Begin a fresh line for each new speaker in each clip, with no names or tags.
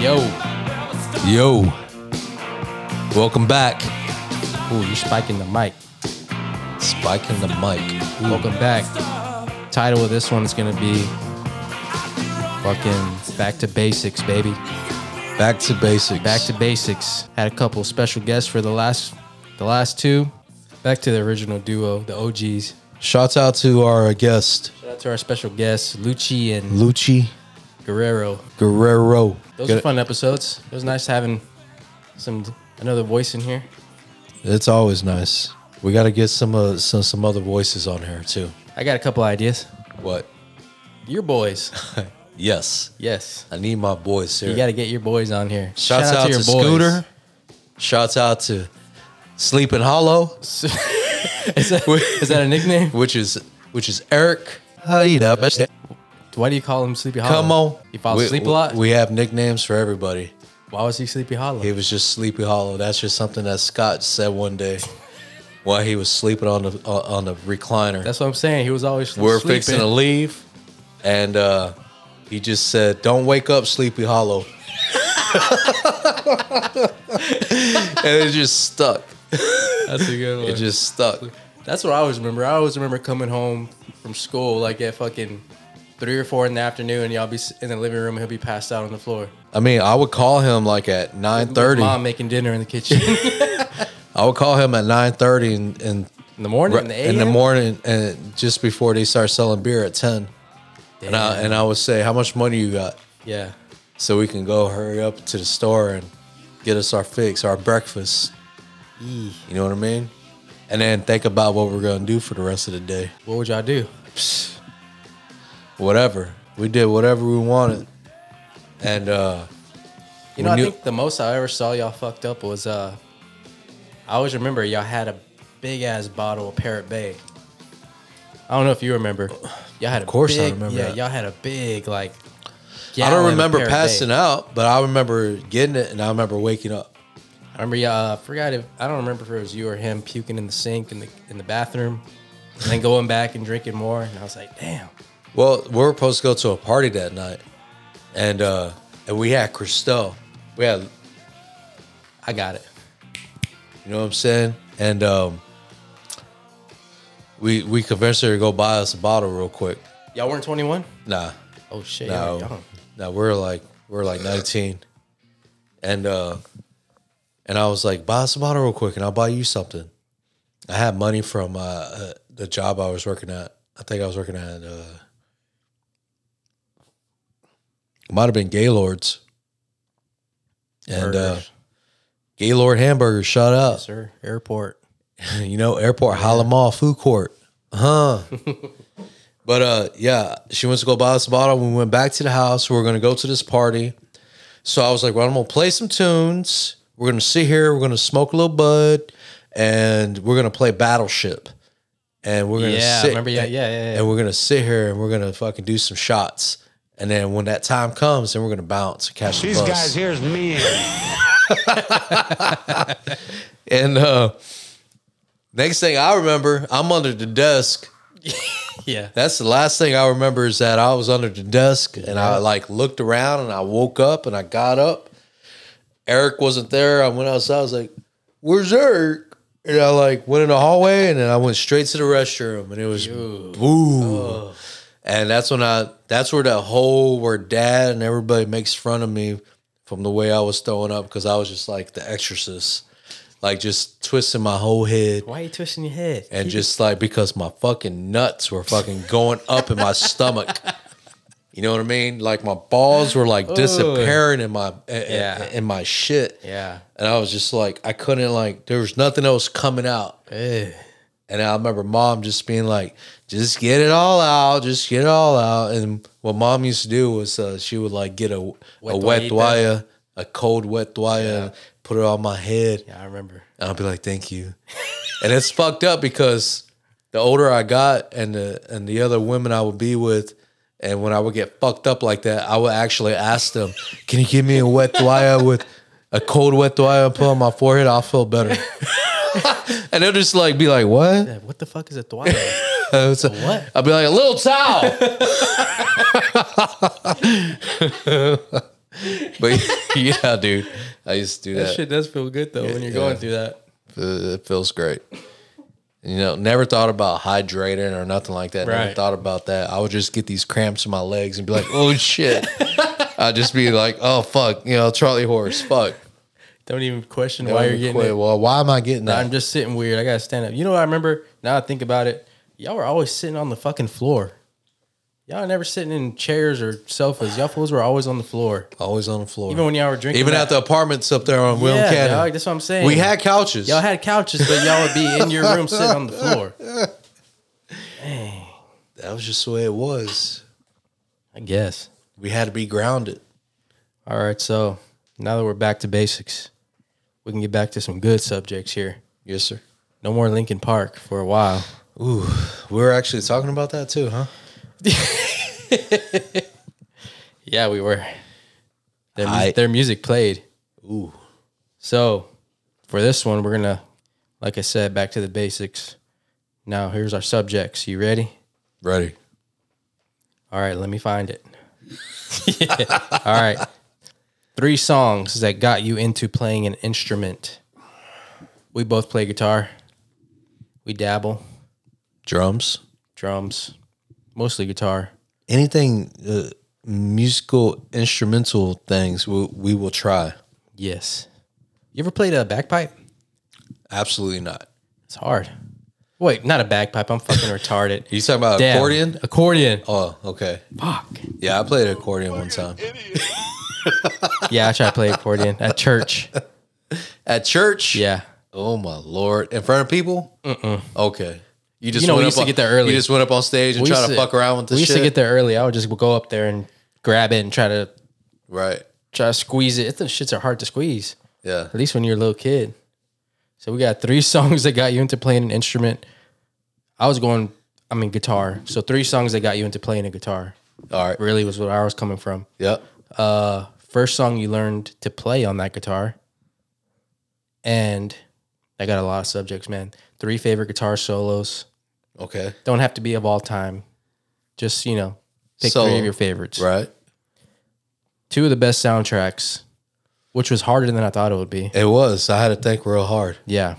Yo.
Yo, welcome back.
Ooh, you're spiking the mic.
Spiking the mic.
Welcome back. Title of this one is going to be fucking back to basics, baby.
Back to basics.
Back to basics. Had a couple special guests for the last the last two. Back to the original duo, the OGs.
Shouts out to our guest,
Shout out to our special guests, Lucci and
Lucci
Guerrero.
Guerrero.
Those
Good-
were fun episodes. It was nice having some another voice in here.
It's always nice. We got to get some, uh, some some other voices on here too.
I got a couple ideas.
What?
Your boys.
Yes,
Yes.
I need my boys here.
You got to get your boys on here.
Shouts out, to, Scooter. Shouts out to Sleeping Hollow,
Is that, is that a nickname?
which is which is Eric. How you doing?
Why do you call him Sleepy Hollow?
Come on.
He falls
We-
asleep a lot?
We have nicknames for everybody.
Why was he Sleepy Hollow?
It was just Sleepy Hollow. That's just something that Scott said one day while he was sleeping on the uh, on the recliner.
That's what I'm saying. He was always
We're
sleeping.
fixing to leave, and uh, he just said, "Don't wake up, Sleepy Hollow," and it just stuck.
That's a good
It
one.
just stuck.
That's what I always remember. I always remember coming home from school like at fucking three or four in the afternoon, and y'all be s- in the living room, and he'll be passed out on the floor.
I mean, I would call him like at nine
With
thirty.
Mom making dinner in the kitchen
I would call him at nine thirty and, and
in the morning.
in
in
the,
the, AM?
morning and just before they start selling beer at ten. And I,
Damn.
and I would say, "How much money you got?"
yeah.
so we can go hurry up to the store and get us our fix, our breakfast. You know what I mean? And then think about what we're gonna do for the rest of the day.
What would y'all do?
Whatever. We did whatever we wanted. And uh
You know,
We knew-
I think the most I ever saw y'all fucked up was uh I always remember y'all had a big ass bottle of Parrot Bay. I don't know if you remember. Y'all had of
course
a
I
big,
remember
Yeah,
that.
y'all had a big like
I
gallon
don't
of
remember
Parrot
passing
Bay.
out, but I remember getting it and I remember waking up.
I remember y'all I forgot if I don't remember if it was you or him puking in the sink in the in the bathroom and then going back and drinking more and I was like, "Damn.
Well, we were supposed to go to a party that night. And uh and we had Christelle. We had
I got it."
You know what I'm saying? And um, we we convinced her to go buy us a bottle real quick.
Y'all weren't 21?
Nah,
Oh shit. y'all were
no,
young.
no, we're like we're like 19, and uh, and I was like, buy us a bottle real quick, and I'll buy you something. I had money from uh, uh, the job I was working at. I think I was working at uh, it might have been Gaylord's, and uh,
Burgers.
Gaylord hamburger. Shout out.
Yes, sir. Airport.
You know, airport, Holland Mall, food court. Huh. but uh yeah, she went to go buy us a bottle. We went back to the house. We were gonna go to this party. So I was like, well, I'm gonna play some tunes. We're gonna sit here, we're gonna smoke a little bud, and we're gonna play Battleship. And we're gonna
Yeah, I
sit
remember. Yeah, yeah, yeah, yeah.
and we're gonna sit here and we're gonna fucking do some shots. And then when that time comes, then we're gonna bounce and catch
These
the
guys
bus.
here's me.
And uh next thing I remember, I'm under the desk
Yeah.
That's the last thing I remember is that I was under the desk and I like looked around and I woke up and I got up. Eric wasn't there. I went outside. I was like, "Where's Eric?" And I like went in the hallway and then I went straight to the restroom and it was boo. And that's when I that's where that whole where dad and everybody makes fun of me from the way I was throwing up because I was just like the exorcist, like just twisting my whole head
Why are you twisting your head?
and just like because my fucking nuts were fucking going up in my stomach. You know what I mean? Like my balls were like disappearing in my
Yeah.
yeah. in my shit.
Yeah.
And I was just like I couldn't like there was nothing else coming out.
Ugh.
And I remember mom just being like, just get it all out, just get it all out. And what mom used to do was uh, she would like get a a wet
toallita.
dwyer, a cold wet dwyer, and put it on my head.
Yeah, I remember.
And I'll be like, thank you. and it's fucked up because the older I got and the and the other women I would be with, and when I would get fucked up like that, I would actually ask them, Can you give me a wet dwyer with a cold wet dwyer and put on my forehead? I'll feel better. and they'll just like be like, What?
What the fuck is a thwack?
And it's-
what?
I'll be like, a little towel. But you know, dude, I used to do
That
that.
shit does feel good though when you're
Yeah.
going through that.
Uh, It feels great. You know, never thought about hydrating or nothing like that. Never
Right.
thought about that. I would just get these cramps in my legs and be like, "Oh shit!" I'd just be like, "Oh fuck," you know, Charlie horse, fuck.
Don't even question why you're getting
Quit.
it.
Well, why am I getting that?
I'm just sitting weird. I gotta stand up. You know what I remember? Now I think about it, y'all were always sitting on the fucking floor. Y'all were never sitting in chairs or sofas. Y'all fools were always on the floor.
Always on the floor.
Even
Even,
when y'all were drinking. that-
at the apartments up there on William
yeah,
Cannon,
dog, that's what I'm saying.
we had couches.
y'all had couches, but y'all would be in your room sitting on the floor.
that was just the way it was.
I guess.
We had to be grounded.
All right, so now that we're back to basics, we can get back to some good subjects here.
Yes, sir.
No more Lincoln Park for a while.
Ooh, we were actually talking about that too, huh?
Yeah, we were. Their, mu-
I-
their music played.
Ooh,
So for this one, we're gonna, like I said, back to the basics. Now here's our subjects. You ready?
ready.
All right, let me find it. All right, three songs that got you into playing an instrument. We both play guitar. We dabble
Drums.
drums, mostly guitar.
anything uh, musical instrumental things we, we will try
Yes. You ever played a bagpipe?
absolutely not
It's hard. Wait, not a bagpipe. I'm fucking retarded.
you talking about
Damn.
accordion
Accordion.
oh okay
Fuck.
yeah i played accordion one time
Yeah, I tried to play accordion at church.
at church
Yeah.
oh my lord in front of people Mm-mm. okay you just
You know, we
went up
used to
on-
get there early.
you just went up on stage and try to, fuck around with this
We used
shit
to get there early. I would just go up there and grab it and try to
right
try to squeeze it. The shits are hard to squeeze,
yeah
at least when you're a little kid. So we got three songs that got you into playing an instrument. I was going, I mean, guitar. So three songs that got you into playing a guitar
all right
really was where I was coming from.
yep
uh, first song you learned to play on that guitar. And I got a lot of subjects, man. Three favorite guitar solos.
okay
Don't have to be of all time. Just, you know, pick
Solo.
three of your favorites.
right
Two of the best soundtracks, which was harder than I thought it would be.
it was i had to think real hard
Yeah.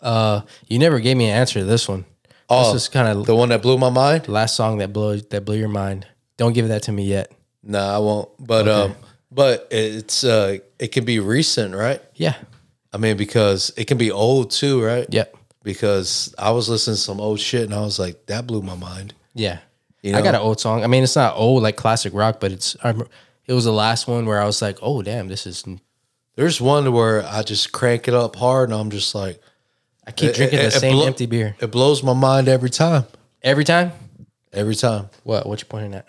Uh, you never gave me an answer to this one.
Oh,
this is kind of
the one that blew my mind
the last song that blew that blew your mind. Don't give that to me yet.
no i won't but um but it's uh it can be recent right
Yeah.
I mean, because it can be old too, right?
Yep.
Because I was listening to some old shit and I was like, that blew my mind.
Yeah.
You
I got
know?
an old song. I mean, it's not old like classic rock, but it's I remember, it was the last one where I was like, "Oh damn, this is
There's one where I just crank it up hard and I'm just like,
I keep
It-
drinking
it-
the
it
same
blow-
empty beer
it blows my mind every time.
every time."
Every time.
What? What you pointing at?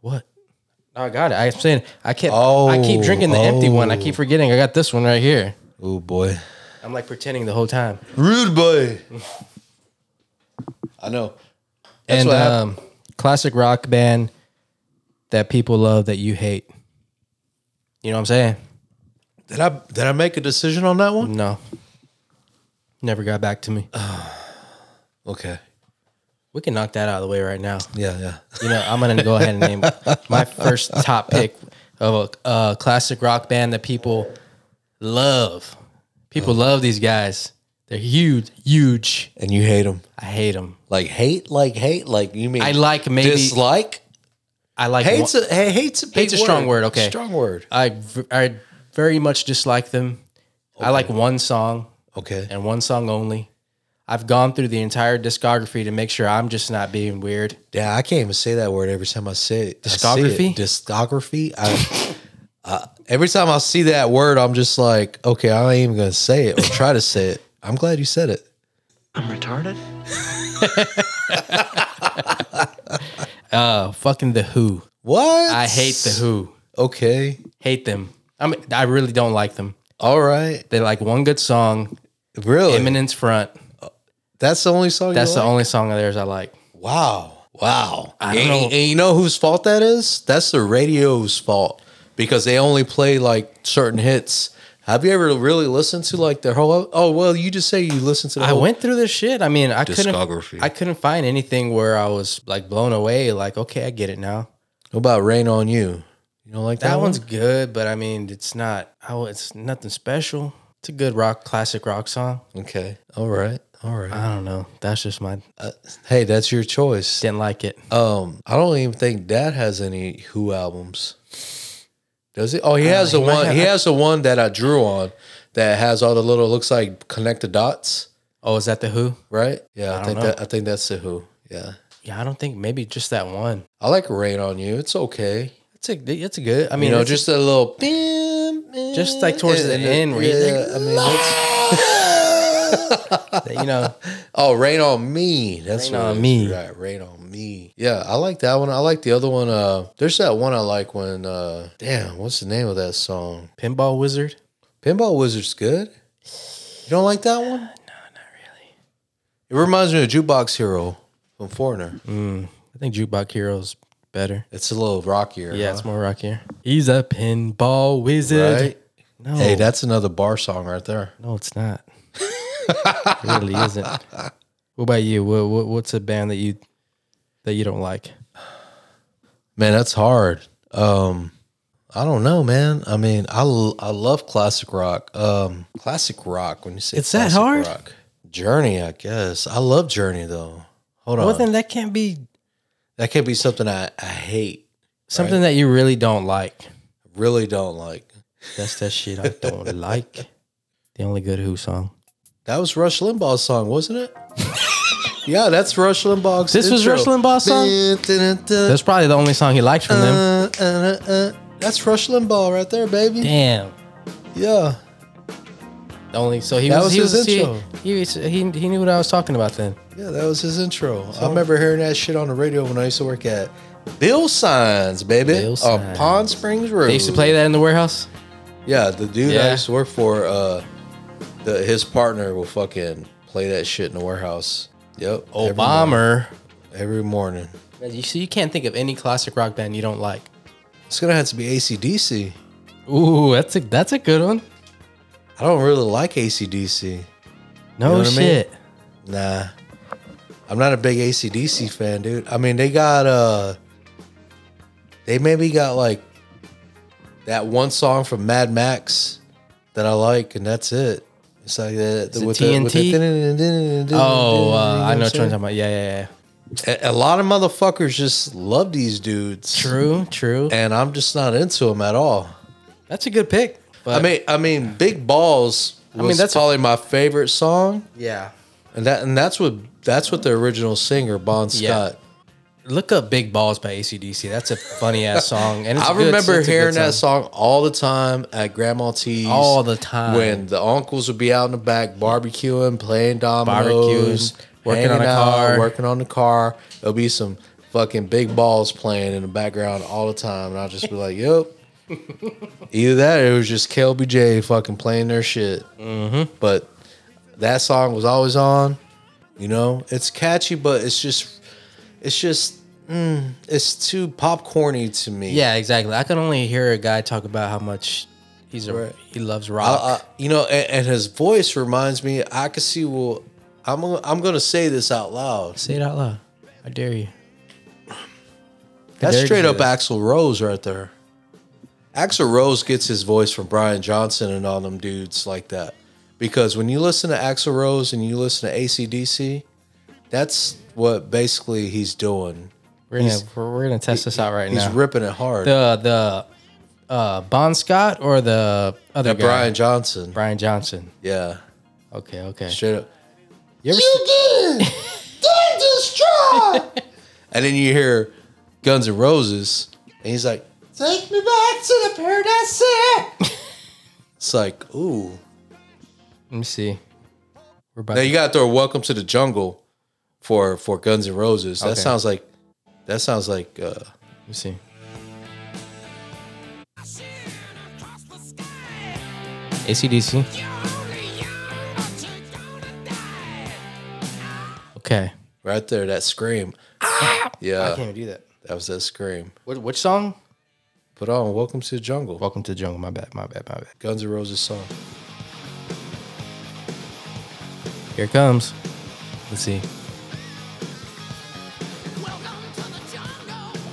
What? No, I got it. I'm saying I kept I keep
Oh,
drinking the empty one. I keep forgetting I got this one right here.
Oh boy.
I'm like pretending the whole time.
Rude boy. I know. That's
and
what happened.
um, classic rock band that people love that you hate. You know what I'm saying?
Did I did I make a decision on that one?
No. Never got back to me.
Okay.
We can knock that out of the way right now.
Yeah, yeah.
You know, I'm gonna go ahead and name my first top pick of a uh, classic rock band that people love. People love these guys. They're huge, huge.
And you hate them.
I hate them.
Like hate, like hate, like you mean
I like maybe
dislike?
I like one-
Hate's a, hey, hate's
Hate's
a,
a
big
strong word, okay.
Strong word.
I v- I very much dislike them. I like one song
Okay.
and one song only. I've gone through the entire discography to make sure I'm just not being weird.
Yeah, I can't even say that word every time I say it. I see
Discography?
it. Discography. I, I- every time I see that word, I'm just like, okay, I ain't even gonna say it or try to say it. I'm glad you said it.
I'm retarded?
Uh, fucking the Who.
What?
I hate the Who.
Okay.
Hate them. I mean, I really don't like them.
All right.
They like one good song,
Really?
Eminem's front.
That's the only song.
That's
you
the
like?
only song of theirs I like.
Wow. Wow.
I don't
and,
know.
and you know whose fault that is? That's the radio's fault because they only play like certain hits. Have you ever really listened to like their whole? Oh well, you just say you listen to the
I
whole
went through this shit. I mean, I couldn't
discography.
I couldn't find anything where I was like blown away like okay, I get it now.
What about Rain on You? You don't like that,
That
one?
one's good, but I mean, it's not. Oh, it's nothing special. It's a good rock, classic rock song.
Okay. All right. All right.
I don't know. That's just my
Uh, hey, that's your choice.
didn't like it.
Um, I don't even think Dad has any Who albums. Does he? Oh, he has
Uh, he
the
might
one.
have-
he has the one that I drew on that has all the little looks like connect the dots,
Oh, is that the Who?
right? Yeah, I,
don't
think
know.
that I think that's the Who. Yeah,
Yeah, I don't think maybe just that one.
I like Rain on You. It's okay.
It's a it's a good. I mean,
You know,
it's
just a little, bim, bim,
Just like towards the end where you're like,
yeah, I mean, it's,
you know.
oh, rain on me. That's
Rain
what it
on
is.
Me.
Right, rain on me. Yeah, I like that one. I like the other one. Uh, there's that one I like when. Uh, damn, what's the name of that song?
Pinball Wizard.
Pinball Wizard's good. You don't like that one?
Uh,
It reminds me of Jukebox Hero from Foreigner.
I think Jukebox Heroes better.
It's a little rockier.
Yeah,
huh?
it's more rockier. He's a pinball wizard.
right.
No,
Hey, that's another bar song right there.
no, it's not. it really isn't. What about you? What, what what's a band that you that you don't like?
Man, that's hard. Um, I don't know, man. I mean, I, l- I love classic rock. Um, classic rock. When you say
It's that
classic
hard?
rock. Journey, I guess. I love Journey though. Hold on,
Well, then that can't be
that could be something I, I hate.
something that you really don't like.
Really don't like.
That's that shit I don't like. The only good Who song.
That was Rush Limbaugh's song, wasn't it? yeah, that's Rush Limbaugh's.
This was Rush Limbaugh's song?
song.
That's probably the only song he likes from
Uh,
them.
That's Rush Limbaugh right there, baby.
Damn.
Yeah,
The only so he
That
was,
was
he
his
was
intro.
He, he he he knew what I was talking about then.
yeah, that was his intro. I remember hearing that shit on the radio when I used to work at Bill Signs, baby,
Bill
on
Signs.
Pond Springs Road.
They used to play that in the warehouse.
Yeah, the dude I
Yeah.
used to work for, uh, the, his partner will fucking play that shit in the warehouse. Yep, every morning-
Obama.
every morning.
You see, you can't think of any classic rock band you don't like.
It's gonna have to be ACDC.
Ooh, that's a that's a good one.
I don't really like ACDC.
No
know what I mean?
shit.
Nah. I'm not a big ACDC fan, dude. I mean, they got, uh, they maybe got like that one song from Mad Max that I like, and that's it. It's like that.
it TNT? Oh, uh, I know what
what
you're
I'm
talking about. Yeah, yeah, yeah.
saying? A a lot of motherfuckers just love these dudes.
True, true.
And I'm just not into them at all.
That's a good pick. But
I mean, I mean, Big Balls. I mean, that's
that's a-
probably my favorite song.
yeah.
And that and that's what that's what the original singer Bon
Yeah.
Scott.
Look up "Big Balls" by ACDC. That's a funny ass song, and it's
I
a good-
remember
it's a good
hearing that song all the time at Grandma T's.
All the time.
When the uncles would be out in the back barbecuing, playing dominoes,
Barbecuing, working on
hanging
a
out,
car.
working on the car. There'll be some fucking big balls playing in the background all the time. And I'll just be like, yep. Either that or it was just KLBJ fucking playing their shit.
Mm-hmm.
But that song was always on. You know, it's catchy, but it's just, it's just, mm, it's too popcorny to me.
Yeah, exactly. I can only hear a guy talk about how much he's a
Right. Uh,
he loves
I,
rock.
I, you know, and, and his voice reminds me. I could see. Well, I'm gonna- I'm gonna say this out loud.
Say it out loud. I dare you.
That's
dare you
straight
do
up
this.
Axl Rose right there. Axl Rose gets his voice from Brian Johnson and all them dudes like that, because when you listen to Axl Rose and you listen to ACDC, that's what basically he's doing.
We're gonna
He's-
we're, we're gonna test this out right
He's
now.
ripping it hard.
the the uh, Bon Scott or the other guy?
Brian Johnson.
Brian Johnson.
Yeah,
Okay, okay.
straight up.
You ever
You did. They destroy. and then you hear Guns N' Roses, and he's like, "Take me back to the paradise city." it's like, ooh.
Let me see. We're about
Now
to-
you got to throw "Welcome to the Jungle" for for Guns N' Roses. That
Okay.
sounds like that sounds like uh,
let me see. ACDC. Okay.
right there that scream.
Ah! I
Yeah,
can't even do that.
that was that scream.
What, which song?
Put on "Welcome to the Jungle,"
Welcome to the jungle. My bad. My bad. My bad.
Guns N' Roses song.
Here it comes. Let's see.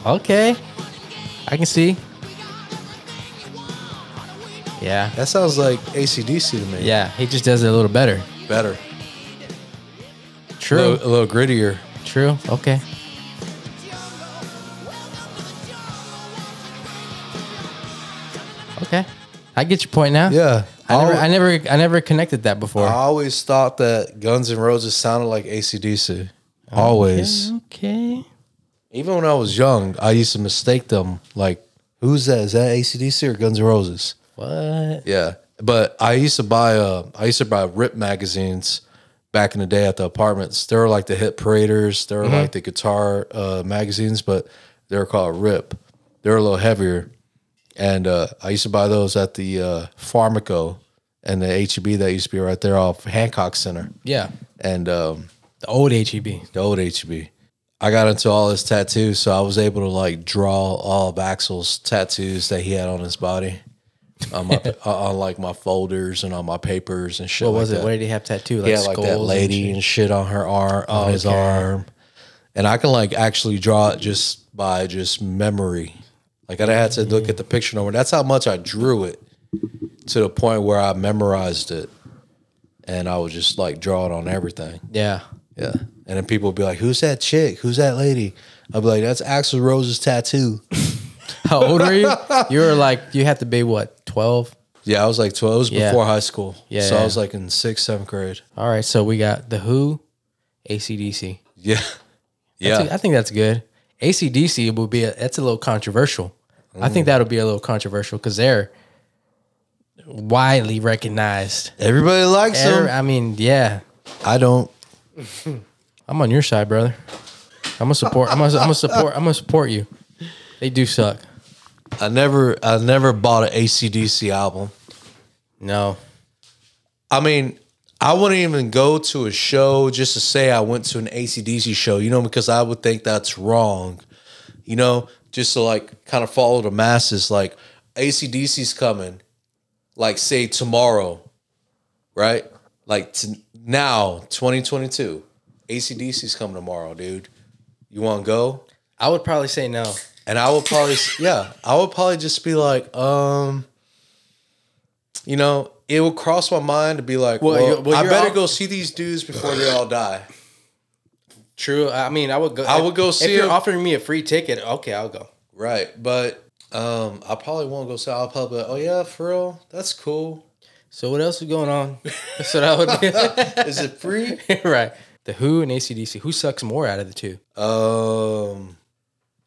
Okay. I can see. Yeah.
That sounds like ACDC to me.
Yeah. He just does it a little better.
Better. A
True.
little, a little grittier.
True. Okay. Okay. I get your point now.
Yeah.
I never,
Al-
I never, I never connected that before.
I always thought that Guns N' Roses sounded like ACDC. Always.
Okay.
Even when I was young, I used to mistake them. Like, who's that? Is that ACDC or Guns N' Roses?
What?
Yeah. But I used to buy uh I used to buy rip magazines back in the day at the apartments. They were like the hit paraders, they were like the guitar uh magazines, but they were called rip. They were a little heavier. And uh I used to buy those at the uh Pharmaco and the HEB that used to be right there off Hancock Center.
Yeah.
And um
The old E HEB.
the old HEB. I got into all his tattoos, so I was able to like draw all of Axel's tattoos that he had on his body, on my uh, on like my folders and on my papers and shit.
What was
like
it?
That.
What did he have tattooed? Like
yeah, like that
skulls and
lady
shit?
and shit on her arm, on his
Okay.
arm, and I can like actually draw it just by just memory. Like I had to look at the picture number. That's how much I drew it to the point where I memorized it, and I would just like draw it on everything.
Yeah.
Yeah. And then people would be like, Who's that chick? Who's that lady? I'd be like, That's Axel Rose's tattoo.
How old were you? you were like, you had to be what, 12?
Yeah, I was like 12. It was
Yeah.
before high school.
Yeah,
So
yeah.
I was like in sixth, seventh grade.
All right. So we got The Who, ACDC.
Yeah. Yeah.
I think that's good. ACDC will be, a, that's a little controversial. I think that'll be a little controversial because they're widely recognized.
Everybody likes
Every-
him.
I mean, yeah.
I don't.
I'm on your side, brother. I'm gonna support. I'm gonna, I'm gonna support. I'm gonna support you. They do suck.
I never I never bought an ACDC album.
No.
I mean, I wouldn't even go to a show just to say I went to an ACDC show, you know, because I would think that's wrong, you know, just to like kind of follow the masses. Like, ACDC's coming, like, say tomorrow, right? Like, t- now, 2022, ACDC's coming tomorrow, dude. You wanna go?
I would probably say no.
And I would probably, yeah, I would probably just be like, um, you know, it would cross my mind to be like, well,
Well, you- well,
I
you're
better
all-
go see these dudes before they all die.
True. I mean, I would go.
I would go see
If you're
him.
offering me a free ticket, okay, I'll go.
Right. But um, I probably won't go see, I'll probably, be like, oh, yeah, for real? That's cool.
So what else is going on? so that would
Is it free?
be right. The Who and ACDC. Who sucks more out of the two?
um,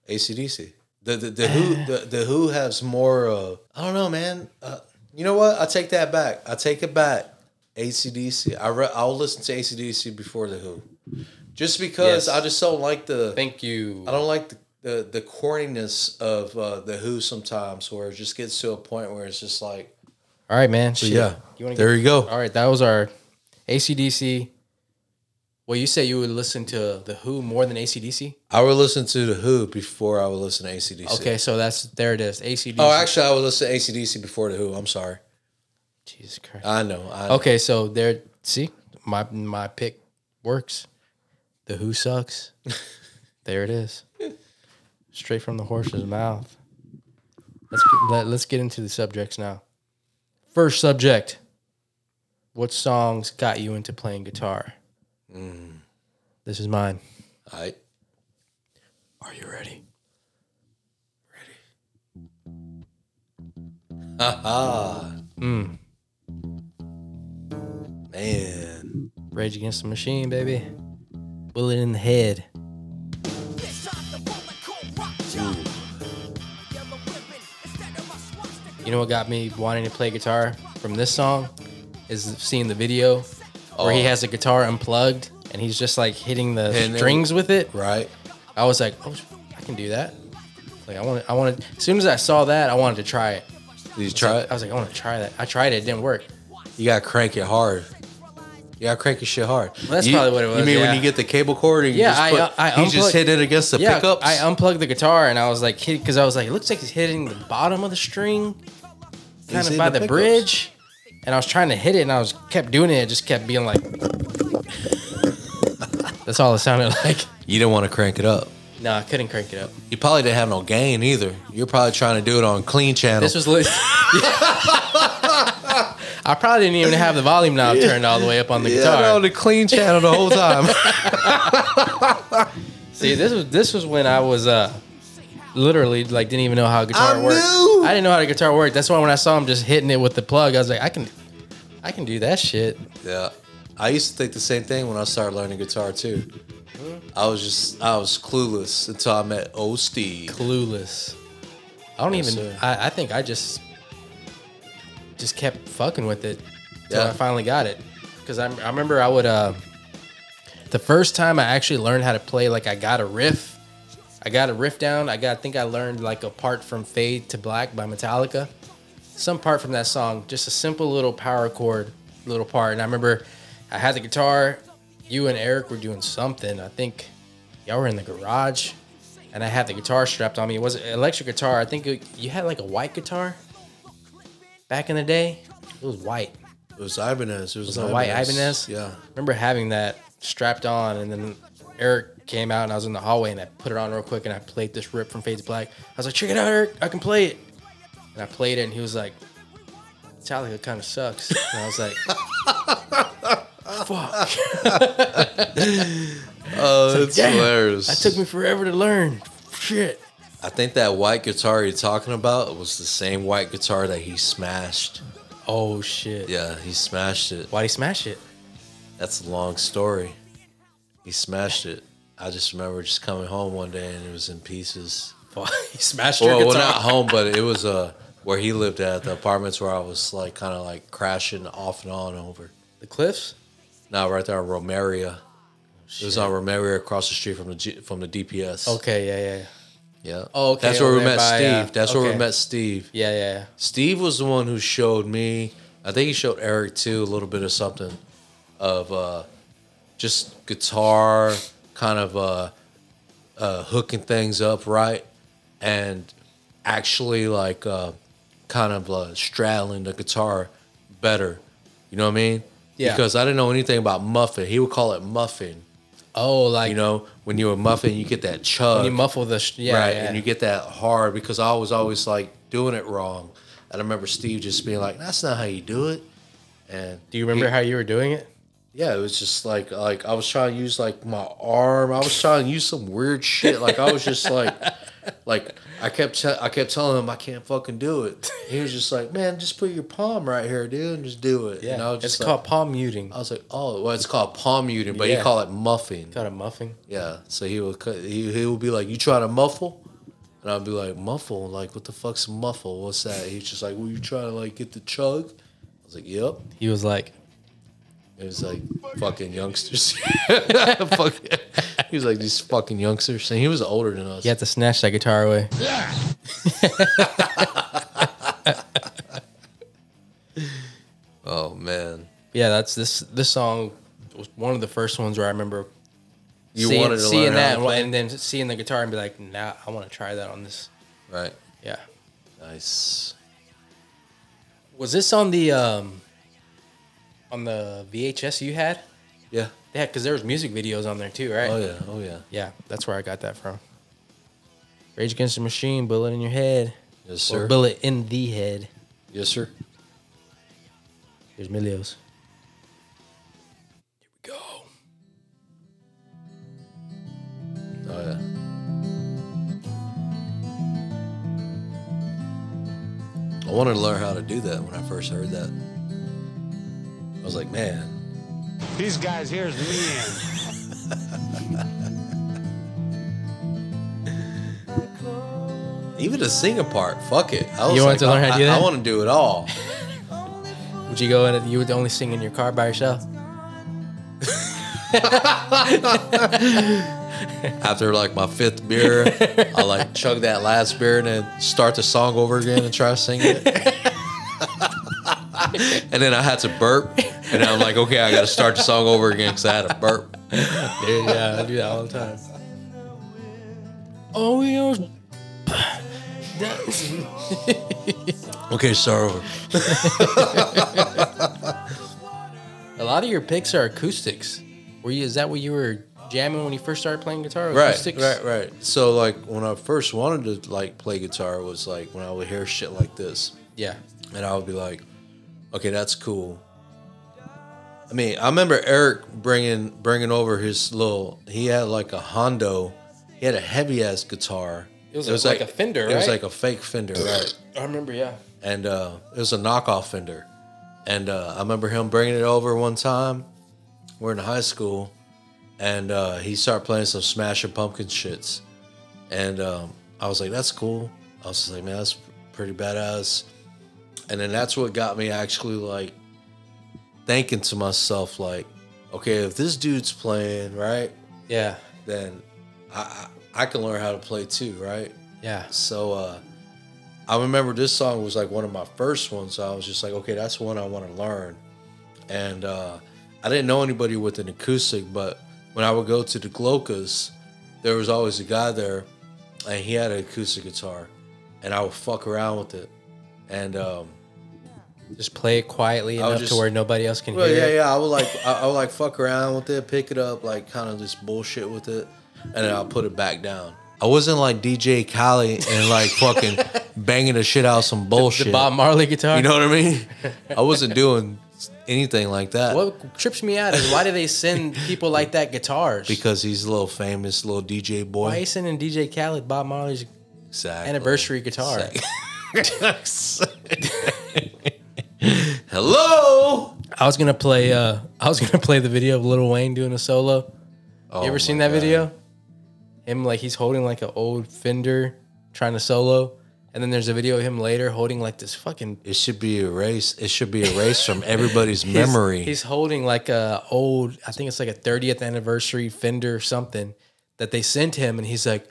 ACDC. The, the, the who the, the who has more uh I don't know man uh, you know what I take that back I take it back ACDC I re- I'll listen to ACDC before the who just because
Yes.
I just don't like the
Thank you.
I don't like the the, the corniness of uh, the who sometimes where it just gets to a point where it's just like
All right, man. Shit.
yeah
You wanna
there you go
All right, that was our ACDC. Well, you say you would listen to the Who more than ACDC.
I would listen to the who before I would listen to ACDC
Okay, so that's there it is. ACDC.
oh actually I would listen to ACDC before the who I'm sorry
Jesus Christ.
I know I know.
Okay, so there. See, my my pick works. The Who sucks. there it is, straight from the horse's mouth. Let's get, let, let's get into the subjects now. First subject: What songs got you into playing guitar? Hmm. This is mine.
I
Are you ready?
Ah,
Mm.
man.
Rage Against the Machine, baby. Bullet in the head. You know what got me wanting to play guitar from this song is seeing the video where he
Oh.
has a guitar unplugged and he's just like hitting the
And then-
strings with it.
Right?
I was like, oh, I can do that. Like I wanted, I wanted. As soon as I saw that, I wanted to try it.
Did you try it?
I was like, I want to try that. I tried it. It didn't work.
You gotta crank it hard. You gotta crank your shit hard.
that's
You-
probably what it
You
was,
mean
yeah.
when you get the cable cord and you
Yeah,
just
I-
put,
I
he just
unplugged-
hit it against the
Yeah,
pickups?
I um- unplugged the guitar and I was like, hit because I was like, it looks like he's hitting the bottom of the string, kind of
hitting
by
the
the,
pickups.
bridge. And I was trying to hit it, and I was kept doing it. It just kept being like, that's all it sounded like.
you didn't want to crank it up.
No, I couldn't crank it up.
You probably didn't have no gain either. You're probably trying to do it on clean channel.
This was lit. I probably didn't even have the volume knob turned all the way up on the
yeah,
guitar.
on the clean channel the whole time.
See, this was this was when I was uh literally like didn't even know how a guitar
I
worked.
knew!
I didn't know how the guitar worked. That's why when I saw him just hitting it with the plug, I was like, I can, I can do that shit.
yeah, I used to think the same thing when I started learning guitar too. I was just I was clueless until I met old Steve.
Clueless. I don't
Yes,
even.
sir.
I, I think I just just kept fucking with it till
Yeah.
I finally got it. Because I, I remember I would. Uh, the first time I actually learned how to play, like I got a riff. I got a riff down. I got. I think I learned like a part from "Fade to Black" by Metallica. Some part from that song, just a simple little power chord, little part. And I remember I had the guitar. You and Eric were doing something. I think y'all were in the garage, and I had the guitar strapped on me. It was an electric guitar. I think it, you had like a white guitar back in the day. It was white.
It was Ibanez. It was,
It was a white Ibanez.
Yeah.
remember having that strapped on, and then Eric came out, and I was in the hallway, and I put it on real quick, and I played this rip from Fade to Black. I was like, "Check it out, Eric! I can play it." And I played it, and he was like, "Metallica kind of sucks." And I was like, "Fuck!"
Oh, it's
Damn,
hilarious.
That took me forever to learn. Shit.
I think that white guitar you're talking about was the same white guitar that he smashed.
Oh shit.
Yeah, he smashed it.
Why'd he smash it?
That's a long story. He smashed it. I just remember just coming home one day and it was in pieces.
Why he smashed your
Well, well,
guitar?
not home, but it was uh, where he lived at, the apartments where I was like kind of like crashing off and on over.
The cliffs?
Now right there on Romeria. It was on Romeria across the street from the G- from the DPS.
Okay, yeah, yeah,
Yeah.
Oh, okay,
That's where
over
we
there
met
by, uh,
Steve. That's where
okay.
we met Steve.
yeah, yeah, yeah.
Steve was the one who showed me. I think he showed Eric too a little bit of something of uh, just guitar, kind of uh, uh, hooking things up right, and actually like uh, kind of uh, straddling the guitar better. You know what I mean?
Yeah.
Because I didn't know anything about muffin. He would call it muffin.
Oh, like you
You
know,
know, when you're a muffin, you get that chug
you muffle the sh- yeah,
right?
yeah.
And you get that hard because I was always like doing it wrong. And I remember Steve just being like, "That's not how you do it." And
Do you remember how you were doing it?
yeah, it was just like like I was trying to use like my arm. I was trying to use some weird shit. Like I was just like like I kept te- I kept telling him I can't fucking do it. He was just like, "Man, just put your palm right here, dude, and just do it." And I was
it's
just uh, like,
called palm muting.
I was like, "Oh, well, it's called palm muting, but
Yeah.
he call it muffing."
Got a muffing.
Yeah. So he would cut- he he would be like, "You trying to muffle?" And I'd be like, "Muffle? Like what the fuck's muffle? What's that?" He's just like, "Well, you trying to like get the chug?" I was like, "Yep."
He was like,
It was like fucking youngsters. Fuck. He was like these fucking youngsters, and he was older than us.
you have to snatch that guitar away.
Oh man.
Yeah, that's this. This song was one of the first ones where I remember
You
seeing,
wanted to
seeing
learn how
that
to
and,
play?
and then seeing the guitar and be like, nah, I want to try that on this.
Right.
Yeah.
Nice.
Was this on the um on the VHS you had?
Yeah.
Yeah, because there was music videos on there too, right?
Oh yeah. Oh yeah.
Yeah, that's where I got that from. Rage Against the Machine, bullet in your head.
Yes
Or
sir.
bullet in the head.
Yes sir.
Here's Milios. Here we go.
Oh yeah. I wanted to learn how to do that when I first heard that. I was like, man,
These guys here is men.
even the singing part, fuck it. I was
You wanted
like,
to learn how to do
I- I,
that?
I want to do it all.
Would you go in and you would only sing in your car by yourself?
After like my fifth beer, I like chug that last beer and then start the song over again and try to sing it. and then I had to burp, and I'm like, okay, I got to start the song over again because I had to burp.
Dude, yeah, I do that all the time. Oh, we are.
Okay, start over.
A lot of your picks are acoustics. Were you? Is that what you were? Did jamming when you first started playing guitar?
right,
acoustics?
right, right. So like when I first wanted to like play guitar was like when I would hear shit like this,
Yeah.
and I would be like, okay, that's cool. I mean, I remember Eric bringing bringing over his little. He had like a Hondo. He had a heavy ass guitar.
It was like a Fender,
It was
right?
like a fake Fender, right?
I remember, yeah.
and uh, it was a knockoff Fender. And uh, I remember him bringing it over one time. We're in high school, and uh, he started playing some Smashing Pumpkin shits. And um, I was like, "That's cool." I was just like, "Man, that's pretty badass." And then that's what got me actually like thinking to myself, like, "Okay, if this dude's playing right,
Yeah.
then I I, I can learn how to play too, right?"
Yeah.
So uh, I remember this song was like one of my first ones. So I was just like, okay, that's one I want to learn. And uh, I didn't know anybody with an acoustic, but when I would go to the Glocas, there was always a guy there, and he had an acoustic guitar, and I would fuck around with it. And um,
Just play it quietly
was
enough to
just-
where nobody else can
well,
hear
yeah,
it.
yeah, I would like I, I would like fuck around with it, pick it up, like kind of just bullshit with it, and then I'll put it back down. I wasn't like DJ Khaled and like fucking banging the shit out some bullshit.
The Bob Marley guitar.
You know what I mean? I wasn't doing anything like that.
what trips me out is why do they send people like that guitars?
Because he's a little famous, little DJ boy.
why are you sending DJ Khaled Bob Marley's
Exactly.
anniversary guitar?
Hello.
I was gonna play. Uh, I was gonna play the video of Lil Wayne doing a solo.
Oh
you ever seen that video? Him like he's holding like an old Fender, trying to solo, and then there's a video of him later holding like this fucking
It should be erased. It should be erased from everybody's
he's-
memory.
He's, holding like a old, I think it's like a 30th anniversary Fender or something that they sent him, and he's like,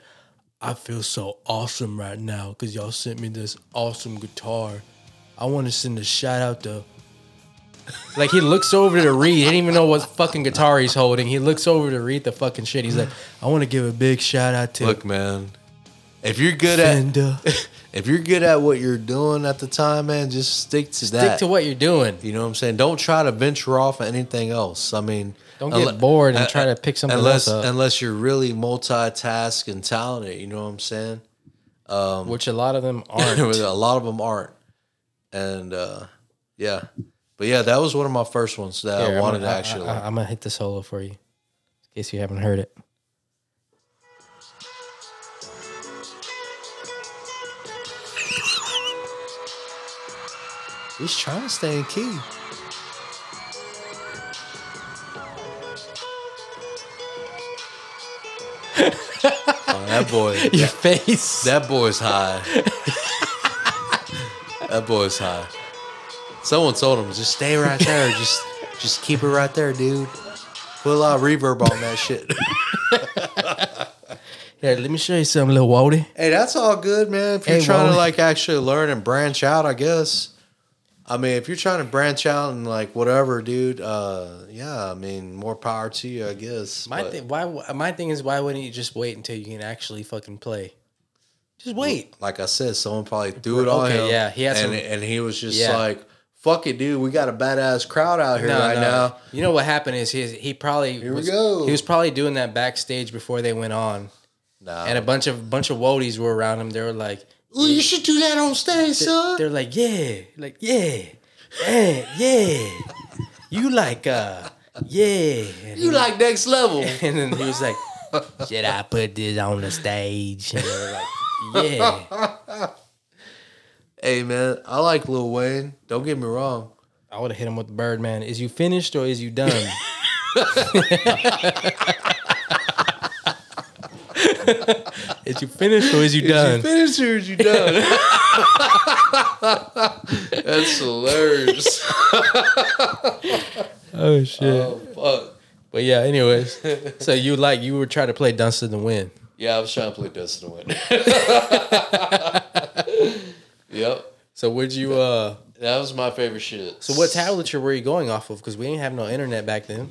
"I feel so awesome right now because y'all sent me this awesome guitar. I want to send a shout out to." Like he looks over to Reed. He didn't even know what fucking guitar he's holding. He looks over to read the fucking shit. He's like, "I want to give a big shout out to
Look, man. If you're good at
Fender.
if you're good at what you're doing at the time, man, just stick to that.
Stick to what you're doing.
You know what I'm saying? Don't try to venture off at anything else. I mean, uh,
Don't get bored and try to pick something
unless,
else up.
Unless you're really multitask and talented, you know what I'm saying? Um,
Which a lot of them
a
aren't.
lot of them aren't. And uh, yeah, but yeah, that was one of my first ones that
Here,
I
I'm
uh, wanted
gonna-
to actually.
I, am gonna hit the solo for you, in case you haven't heard it.
He's trying to stay in key. Oh, that boy.
Your face.
That boy's high. that boy's high. Someone told him, just stay right there. Just just keep it right there, dude. Put a lot of reverb on that shit.
Here, let me show you something, little Waldy.
hey, that's all good, man. If you're
Hey,
trying to
Wally.
like actually learn and branch out, I guess. I mean, if you're trying to branch out and like whatever, dude, uh yeah, I mean, more power to you, I guess.
My
but-
thing, why? My thing is, why wouldn't you just wait until you can actually fucking play? Just wait.
like I said, someone probably threw it on
Okay,
him.
yeah, he had
and,
some-
and he was just
Yeah.
like, "Fuck it, dude, we got a badass crowd out here right now."
You know what happened is he he probably
we
was,
go.
He was probably doing that backstage before they went on,
Nah,
and a bunch of bunch of Waldies were around him. They were like,
Ooh, you should do that on stage, son.
they're like, yeah, like yeah, yeah, yeah. You like uh, yeah. And
you like next level.
And then he was like, Should I put this on the stage? And they were like, Yeah.
hey man, I like Lil Wayne. Don't get me wrong.
I would have hit him with the bird, man. Is you finished or is you done? is you finished or is you done?
Finish or is you done? That's hilarious.
oh shit.
oh fuck.
But yeah, anyways. So you like you were trying to play Dunce in the Wind.
Yeah, I was trying to play Dustin Wayne. yep,
So would you uh
that was my favorite shit.
so what tablature were you going off of? Because we didn't have no internet back then.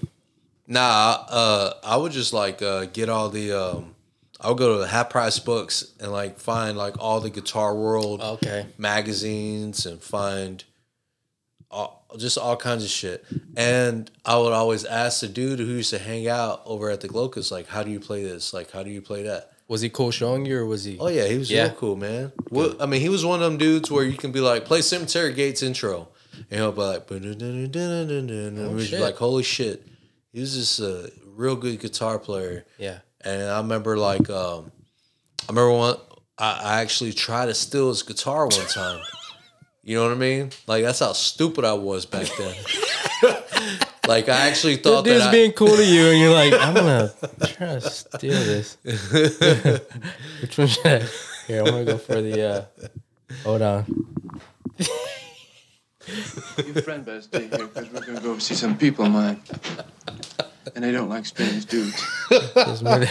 Nah, uh, I would just like uh, get all the. Um, I would go to the half price books and like
Oh,
find like all the Guitar World
Okay.
magazines and find all, just all kinds of shit. And I would always ask the dude who used to hang out over at the Glocus, like, how do you play this? Like, how do you play that?
Was he cool showing you, or was he?
Oh yeah, he was
Yeah.
real cool, man. Well, I mean, he was one of them dudes where you can be like, play Cemetery Gates intro, and he'll be like, oh,
shit.
like, holy shit, he was just a real good guitar player.
Yeah.
And I remember like, um, I remember one, I, I actually tried to steal his guitar one time. you know what I mean? Like that's how stupid I was back then. like I actually thought
Dude's
that I,
being cool to you, and you're like, I'm gonna try to steal this. Which one should I? Here, I'm gonna go for the. Uh, hold on.
Your friend better stay here because we're gonna go see some people, man. And they don't like Spanish dudes.
This one-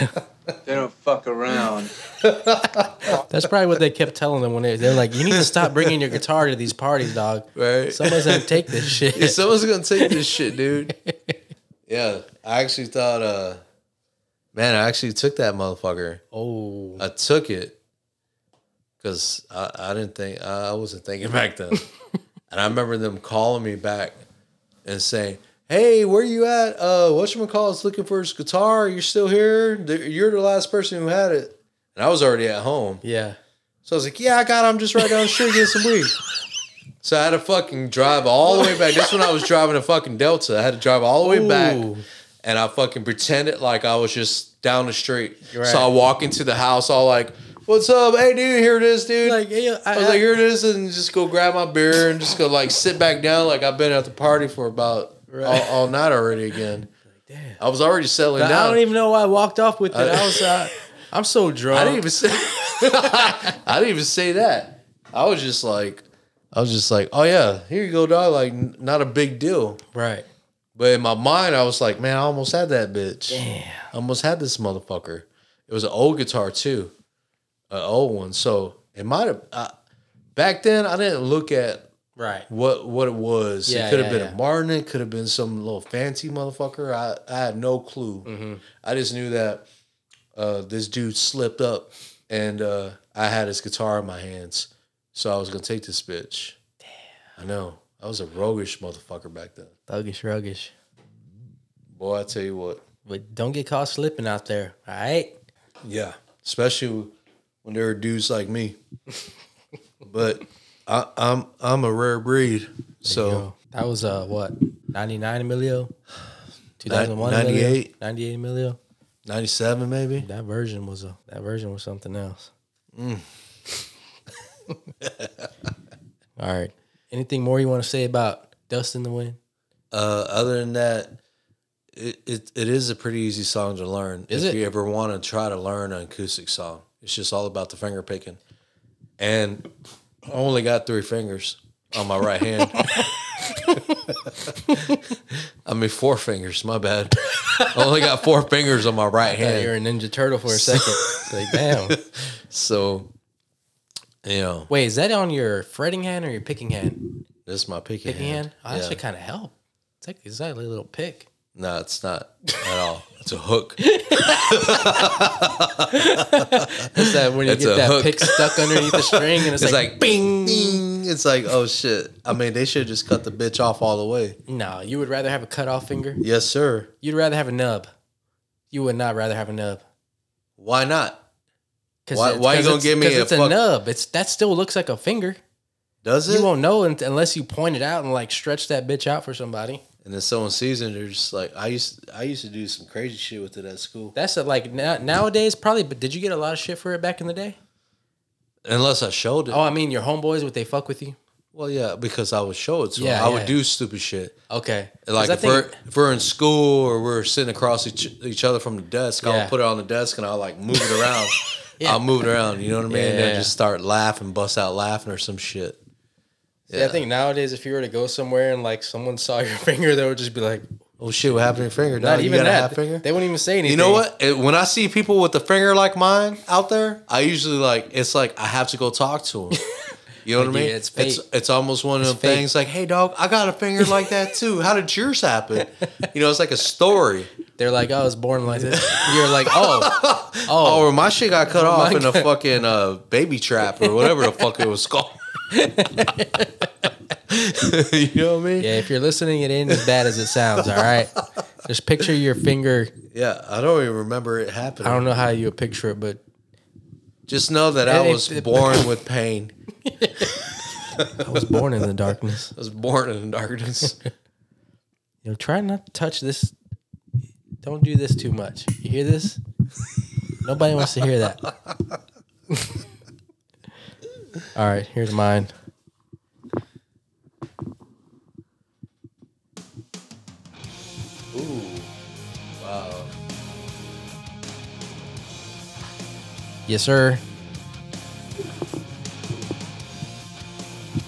They don't fuck around.
That's probably what they kept telling them when they, they're like, "You need to stop bringing your guitar to these parties, dog.
right?
Someone's gonna take this shit."
Yeah, someone's gonna take this shit, dude. Yeah, I actually thought, uh, man, I actually took that motherfucker.
oh,
I took it because I, I didn't think I wasn't thinking back then, and I remember them calling me back and saying, "Hey, where you at? Uh, whatchamacallit's looking for his guitar. You're still here. Th- You're the last person who had it." And I was already at home.
yeah.
So I was like, yeah, I got it. I'm just right down the street getting some weed. So I had to fucking drive all the way back. This when I was driving a fucking Delta. I had to drive all the way
Ooh.
back. And I fucking pretended like I was just down the street.
Right.
So I walk into the house all like, what's up? Hey, dude, here it is, dude.
Like, yeah, I,
I was like, here it is. And just go grab my beer and just go like sit back down like I've been at the party for about all, all night already again.
damn.
I was already settling
I,
down.
don't even know why I walked off with it. I was, uh, I'm so drunk.
I didn't even say. I didn't even say that. I was just like, I was just like, oh yeah, here you go, dog. Like, n- not a big deal.
right.
But in my mind, I was like, man, I almost had that bitch. I almost had this motherfucker. It was an old guitar too, an old one. So it might have. I back then, I didn't look at
Right.
what what it was.
Yeah,
it could
yeah,
have been
yeah.
a Martin. It could have been some little fancy motherfucker. I, I had no clue.
Mm-hmm.
I just knew that uh, this dude slipped up, and uh, I had his guitar in my hands, so I was gonna take this bitch. Damn. I know. I was a roguish motherfucker back then.
Thuggish, ruggish.
Boy, I tell you what.
But don't get caught slipping out there. All right.
Yeah. Especially when there are dudes like me. but I, I'm I'm a rare breed. So
Yo, that was uh what 99 Emilio, 2001
2001
98
98.
98 Emilio.
ninety seven maybe.
That version was a that version was something else. Mm. All right. Anything more you want to say about Dust in the Wind?
uh, other than that, it, it it is a pretty easy song to learn.
Is
if
it?
you ever want to try to learn an acoustic song, it's just all about the finger picking. And I only got three fingers on my right hand. I mean, four fingers. My bad. I only got four fingers on my right
Yeah, you're
hand.
a Ninja Turtle for a second. It's like, damn.
So, you know,
Wait, is that on your fretting hand or your picking hand?
this is my picking,
Picking hand?
hand.
Oh, that should kind of help. It's like, it's like a little pick.
No, it's not at all. It's a hook.
It's that when you
It's
get
a
that
hook.
pick stuck underneath the string and it's,
It's
like,
like bing. bing. It's like oh shit. I mean, they should just cut the bitch off all the way.
no, you would rather have a cut off finger?
Yes, sir.
You'd rather have a nub. You would not rather have a nub.
Why not?
'Cause
Why-
it's-
why you
'cause
gonna
it's-
give me
'cause
a
it's a
fuck-
nub. It's that still looks like a finger.
Does
You
it?
won't know un- unless you point it out and like stretch that bitch out for somebody.
And then someone sees it, and they're just like, I used. I used to do some crazy shit with it at school.
That's a, like now, nowadays probably. But did you get a lot of shit for it back in the day?
Unless I showed it.
Oh, I mean your homeboys would they fuck with you?
Well, yeah, because I would show it to
Yeah,
them. I
yeah.
would do stupid shit.
Okay, 'Cause
Like
I
if
think-
we're if we're in school or we're sitting across each, each other from the desk,
Yeah.
I'll put it on the desk and I'll like move it around.
Yeah.
I'll move it around. You know what I mean?
Yeah,
and
yeah.
then just start laughing, bust out laughing or some shit.
See, I think nowadays if you were to go somewhere and like someone saw your finger, they would just be like,
Oh shit! What happened to your finger?
not
dog? You
even
got a
that.
half finger?
They wouldn't even say anything.
You know what? It- when I see people with a finger like mine out there, I usually like it's like I have to go talk to them. You know what I
Dude,
mean?
it's fake.
It's, it's almost one of them
fake.
things like, "Hey, dog, I got a finger like that too. How did yours happen?" You know, it's like a story.
They're like, I was born like this. You're like, oh, oh,
Oh, or my shit got cut off in a
God.
fucking uh, baby trap or whatever the fuck it was called. you know what I mean?
Yeah, if you're listening, it ain't as bad as it sounds. All right, just picture your finger.
Yeah, I don't even remember it happening.
I don't know how you would picture it, but
Just know that
It-
I
it-
was
it-
born with pain.
I was born in the darkness.
I was born in darkness.
You know, try not to touch this. Don't do this too much. You hear this? Nobody wants to hear that. All right, here's mine.
Ooh, wow.
Yes, sir.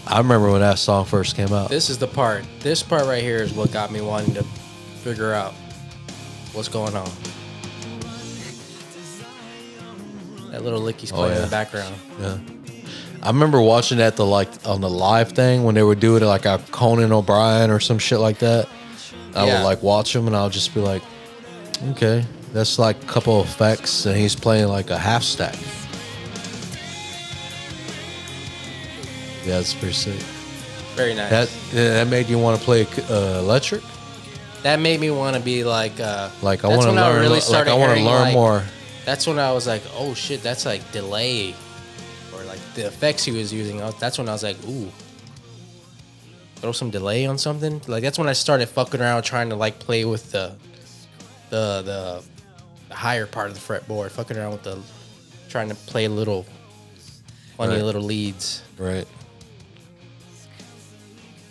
I remember when that song first came out.
This is the part. This part right here is what got me wanting to figure out what's going on. That little licky's
Oh,
playing in
yeah.
the background.
Yeah. I remember watching that the like on the live thing when they were doing it like a Conan O'Brien or some shit like that. I
Yeah.
would like watch him and I'll just be like, okay, that's like a couple of effects and he's playing like a half stack. Yeah, that's pretty sick.
Very nice.
That
That,
yeah, that made you want to play uh, electric?
made me want to be like, uh,
Like I
that's
want to
when
learn. like
started
I want to
hearing,
learn
like-
more.
That's when I was like, oh shit, that's like delay, or like the effects he was using. I was- That's when I was like, ooh, throw some delay on something. Like that's when I started fucking around trying to like play with the, the the, the higher part of the fretboard, fucking around with the, trying to play little, funny
Right.
little leads.
Right.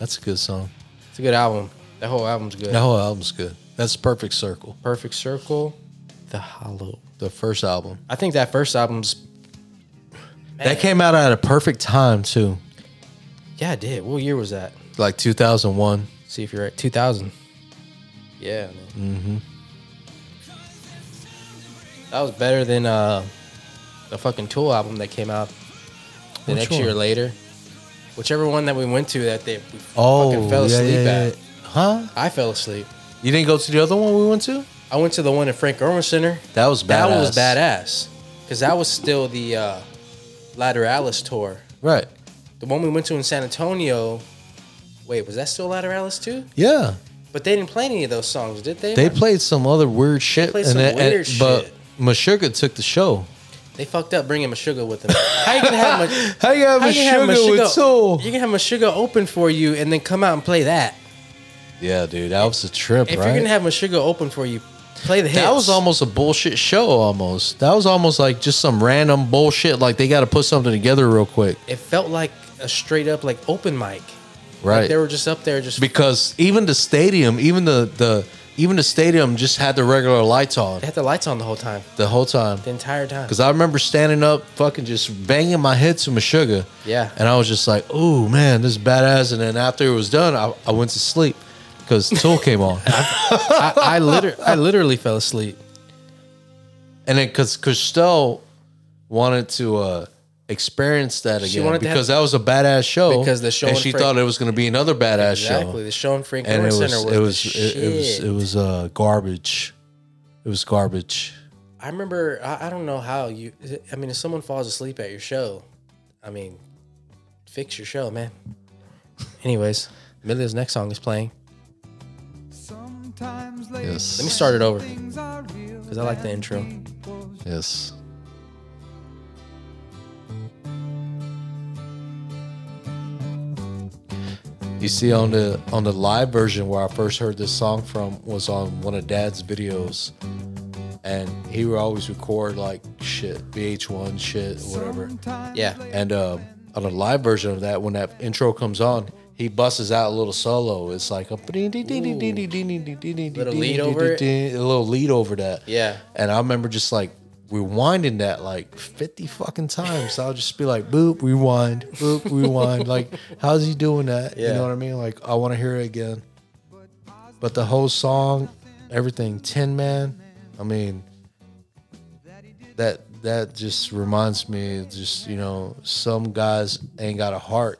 That's a good song.
It's a good album. That whole album's good.
That whole album's good. That's perfect circle.
Perfect Circle, The Hollow.
The first album.
I think that first album's
That came out at a perfect time too,
yeah, it did. What year was that?
like 2001.
See if you're right. 2000. Yeah, man. Mm-hmm. That was better than uh, the fucking Tool album that came out the
Which
next
one?
year later. Whichever one that we went to that they we
Oh,
fucking fell
yeah,
asleep
yeah,
at.
yeah. Huh?
I fell asleep.
You didn't go to the other one we went to?
I went to the one at Frank Irwin Center.
That was badass.
That one was badass. Because that was still the uh, Lateralis tour.
Right.
The one we went to in San Antonio. Wait, was that still Lateralis too?
Yeah.
But they didn't play any of those songs, did they?
They played some other weird shit.
played some weird
But
shit.
Meshuggah took the show.
They fucked up bringing Meshuggah with them. How you gonna have Meshuggah?
How you have
How you gonna have
Meshuggah with
Meshuggah?
Tool?
You can have Meshuggah open for you and then come out and play that.
Yeah, dude, that was a trip,
If
right?
you're gonna have Meshuggah open for you, play the hits.
That was almost a bullshit show. Almost that was almost like just some random bullshit. Like they got to put something together real quick,
It felt like a straight up like open mic.
right?
Like they were just up there just.
because even the stadium, even the the even the stadium just had the regular lights on
they had the lights on the whole time,
the whole time.
the entire time.
Because I remember standing up, fucking just banging my head to Meshuggah.
Yeah.
And I was just like, "Ooh, man, this is badass." And then after it was done, I, I went to sleep because Tool came on,
I, I, liter- I literally fell asleep.
and then because Christelle wanted to. uh Experience that
She
again
wanted to have-
because that was a badass show.
Because the show
and
in
she
Frank-
thought it was going to be another badass
Exactly.
show,
The show in Frank
and
Irwin
it was
Center was.
it was
the
it, it was
shit.
it was uh, garbage. It was garbage.
I remember. I, I don't know how you. is it- I mean, if someone falls asleep at your show, I mean, fix your show, man. Anyways, Amelia's next song is playing.
Sometimes
Yes.
Let me start it over
things are real
because I like the intro.
Yes. You see on the on the live version where I first heard this song from was on one of Dad's videos, and he would always record like shit VH1 shit whatever.
Yeah,
And um, on the live version of that, when that intro comes on, he busts out a little solo. It's like a little
lead over it?
a little lead over that.
yeah.
And I remember just like rewinding that like 50 fucking times. I'll just be like, boop, rewind, boop, rewind. like, how's he doing that? You
Yeah.
know what I mean? Like, I want to hear it again. But the whole song, everything, Tin Man, I mean, that that just reminds me of just, you know, some guys ain't got a heart.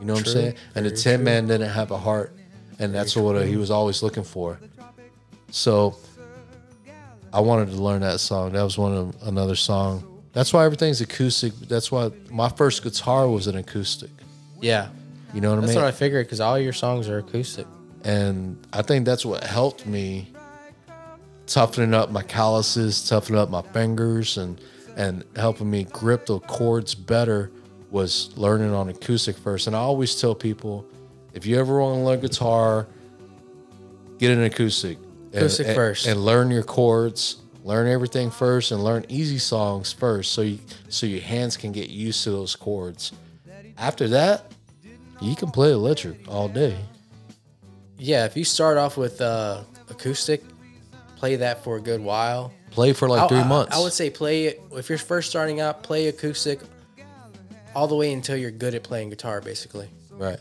You know what
True,
I'm saying? And the
very
Tin
true.
Man didn't have a heart. And that's what he was always looking for. So I wanted to learn that song. That was one of another song. That's why everything's acoustic. That's why my first guitar was an acoustic.
Yeah.
You know what
That's
I mean?
what I figured because all your songs are acoustic.
and I think that's what helped me toughening up my calluses, toughening up my fingers, and and helping me grip the chords better was learning on acoustic first. And I always tell people, if you ever want to learn guitar, get an acoustic. And-
Acoustic
and-
first.
and learn your chords, learn everything first, and learn easy songs first, so you so your hands can get used to those chords. After that, you can play electric all day.
Yeah, if you start off with uh, acoustic, play that for a good while.
Play for like
I-
three
I-
months.
I would say play it if you're first starting out. Play acoustic all the way until you're good at playing guitar, basically.
right.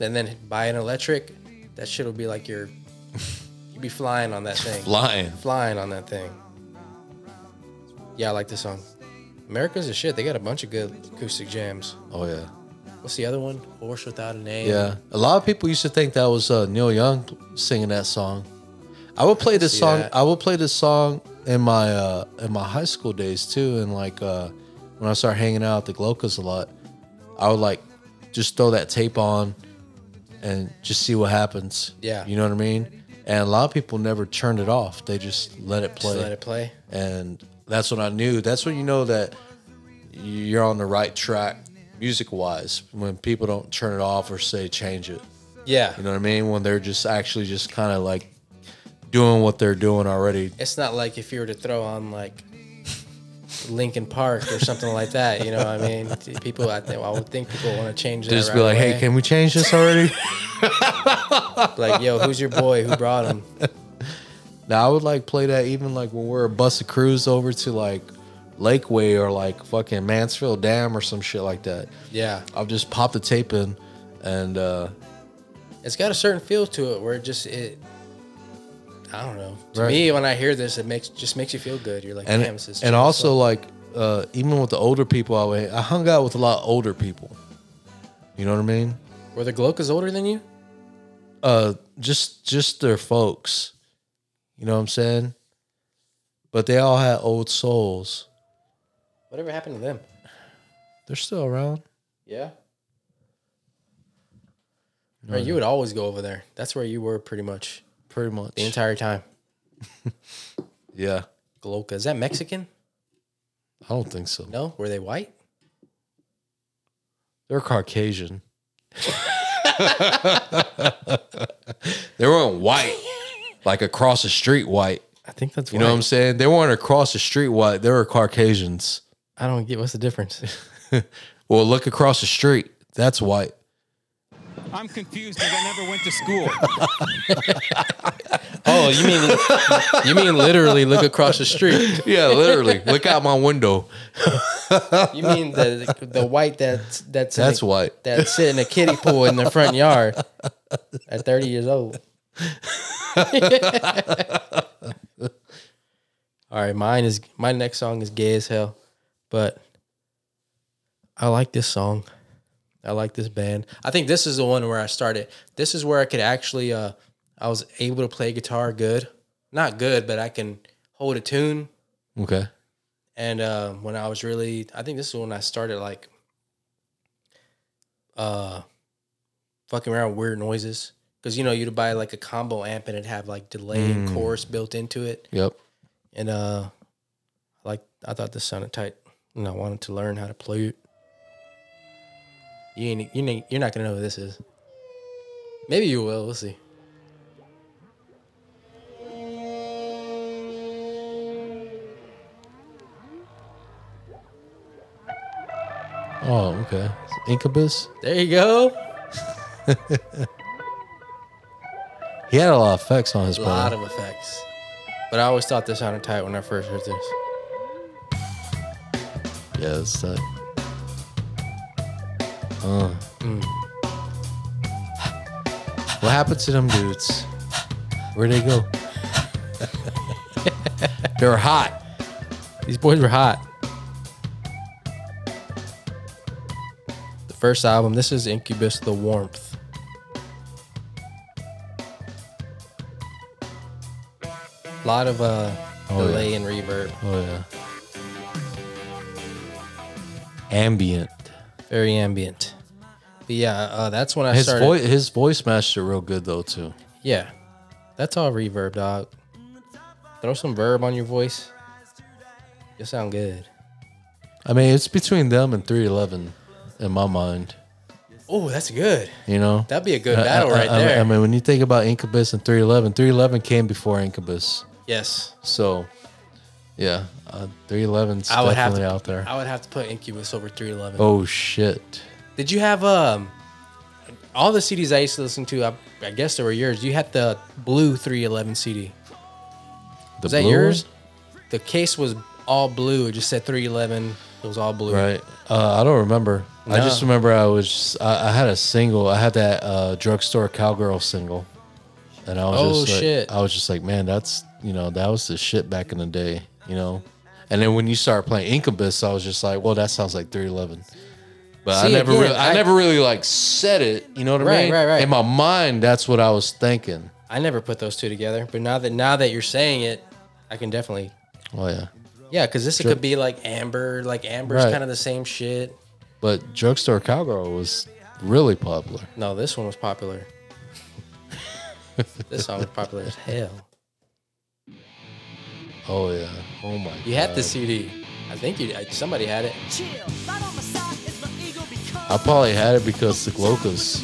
And then buy an electric. That shit will be like your you'd be flying on that thing.
Lying.
flying on that thing. Yeah, I like this song. America's a shit. They got a bunch of good acoustic jams.
Oh yeah.
What's the other one? Horse without a name.
Yeah. A lot of people used to think that was uh, Neil Young singing that song. I would play this
see
song.
that.
I would play this song in my uh, in my high school days too, and like uh, when I started hanging out at the Glocas a lot, I would like just throw that tape on and just see what happens.
Yeah.
You know what I mean? And a lot of people never turned it off. They just let it play.
Just let it play.
and that's when I knew. That's when you know that you're on the right track music wise when people don't turn it off or say change it.
Yeah.
You know what I mean? When they're just actually just kind of like doing what they're doing already.
It's not like if you were to throw on like Linkin Park or something like that. You know, what I mean, people. I think I would think people want to change that.
They just
right
be like,
away.
hey, can we change this already?
like, yo, who's your boy? Who brought him?
now I would like play that even like when we're a bus a cruise over to like Lakeway or like fucking Mansfield Dam or some shit like that.
Yeah,
I'll just pop the tape in and uh
it's got a certain feel to it where it just it. I don't know. To
Right.
me, when I hear this, it makes just makes you feel good. You're like,
and
damn, this is
and
chill.
also like uh, even with the older people I would, I hung out with a lot of older people. You know what I mean?
were the Glocas older than you?
Uh, just just their folks. You know what I'm saying? But they all had old souls.
Whatever happened to them?
They're still around.
Yeah. Right, you would always go over there. That's where you were pretty much
Pretty much.
the entire time.
yeah.
Gloca. Is that Mexican?
I don't think so.
No? Were they white?
They're Caucasian. they weren't white. Like across the street white.
I think that's
You know what I'm saying? They weren't across the street white. They were Caucasians.
I don't get what's the difference.
Well, look across the street. That's white.
I'm confused because I never went to school.
oh, you mean you mean literally look across the street.
Yeah, literally. look out my window.
You mean the the white that's that's in
That's
a,
white.
that's sitting a kiddie pool in the front yard at 30 years old. All right, mine is my next song is gay as hell, but I like this song. I like this band. I think this is the one where I started. This is where I could actually uh I was able to play guitar good. Not good, but I can hold a tune
Okay.
and uh, when I was really, I think this is when I started like, uh, fucking around with weird noises because you know you'd buy like a combo amp and it'd have like delay and chorus built into it,
Yep.
and uh, like I thought this sounded tight, and I wanted to learn how to play it. You ain't, you ain't, you're not gonna know who this is. Maybe you will. We'll see.
Oh, okay. Incubus.
There you go.
He had a lot of effects on his
A lot
body.
of effects. But I always thought this sounded tight when I first heard this.
yeah, it's that. Uh. Mm. What happened to them dudes? Where'd they go? They're hot.
These boys were hot. The first album, this is Incubus The Warmth. A lot of uh,
Oh,
delay and reverb.
Oh yeah. Ambient.
Very ambient. But yeah, uh, that's when I
His
started.
voice, his voice matched it real good though too.
Yeah, that's all reverb, dog. Throw some verb on your voice. You sound good.
I mean, it's between them and 311 in my mind.
Oh, that's good.
You know,
That'd be a good
I- I-
battle
I-
right
I,
there.
I mean, when you think about Incubus and 311, 311 came before Incubus,
yes,
so yeah, uh, 311's
I would have
definitely
to-
out there.
I would have to put Incubus over 311.
oh shit!
Did you have um all the CDs I used to listen to? I, I guess they were yours. You had the blue 311 CD.
The
Was that
blue
yours? The case was all blue. It just said 311. It was all blue.
one? right? Uh, I don't remember. I just
No.
remember I was I, I had a single. I had that uh, drugstore cowgirl single, and I was
Oh,
just like,
shit.
I was just like, man, that's you know that was the shit back in the day, you know. And then when you start playing Incubus, I was just like, well, that sounds like 311. But I
See,
never
again,
really, I,
I-
never really like said it. You know what I
Right,
mean?
right, right.
In my mind, that's what I was thinking.
I never put those two together, but now that now that you're saying it, I can definitely
Oh yeah.
yeah, because this
Sure.
could be like Amber, like Amber's
Right.
kind of the same shit.
But drugstore cowgirl was really popular.
No, this one was popular. this song was popular as hell.
Oh yeah. Oh my.
You had the CD. I think you I- somebody had it.
I probably had it because the Glocas.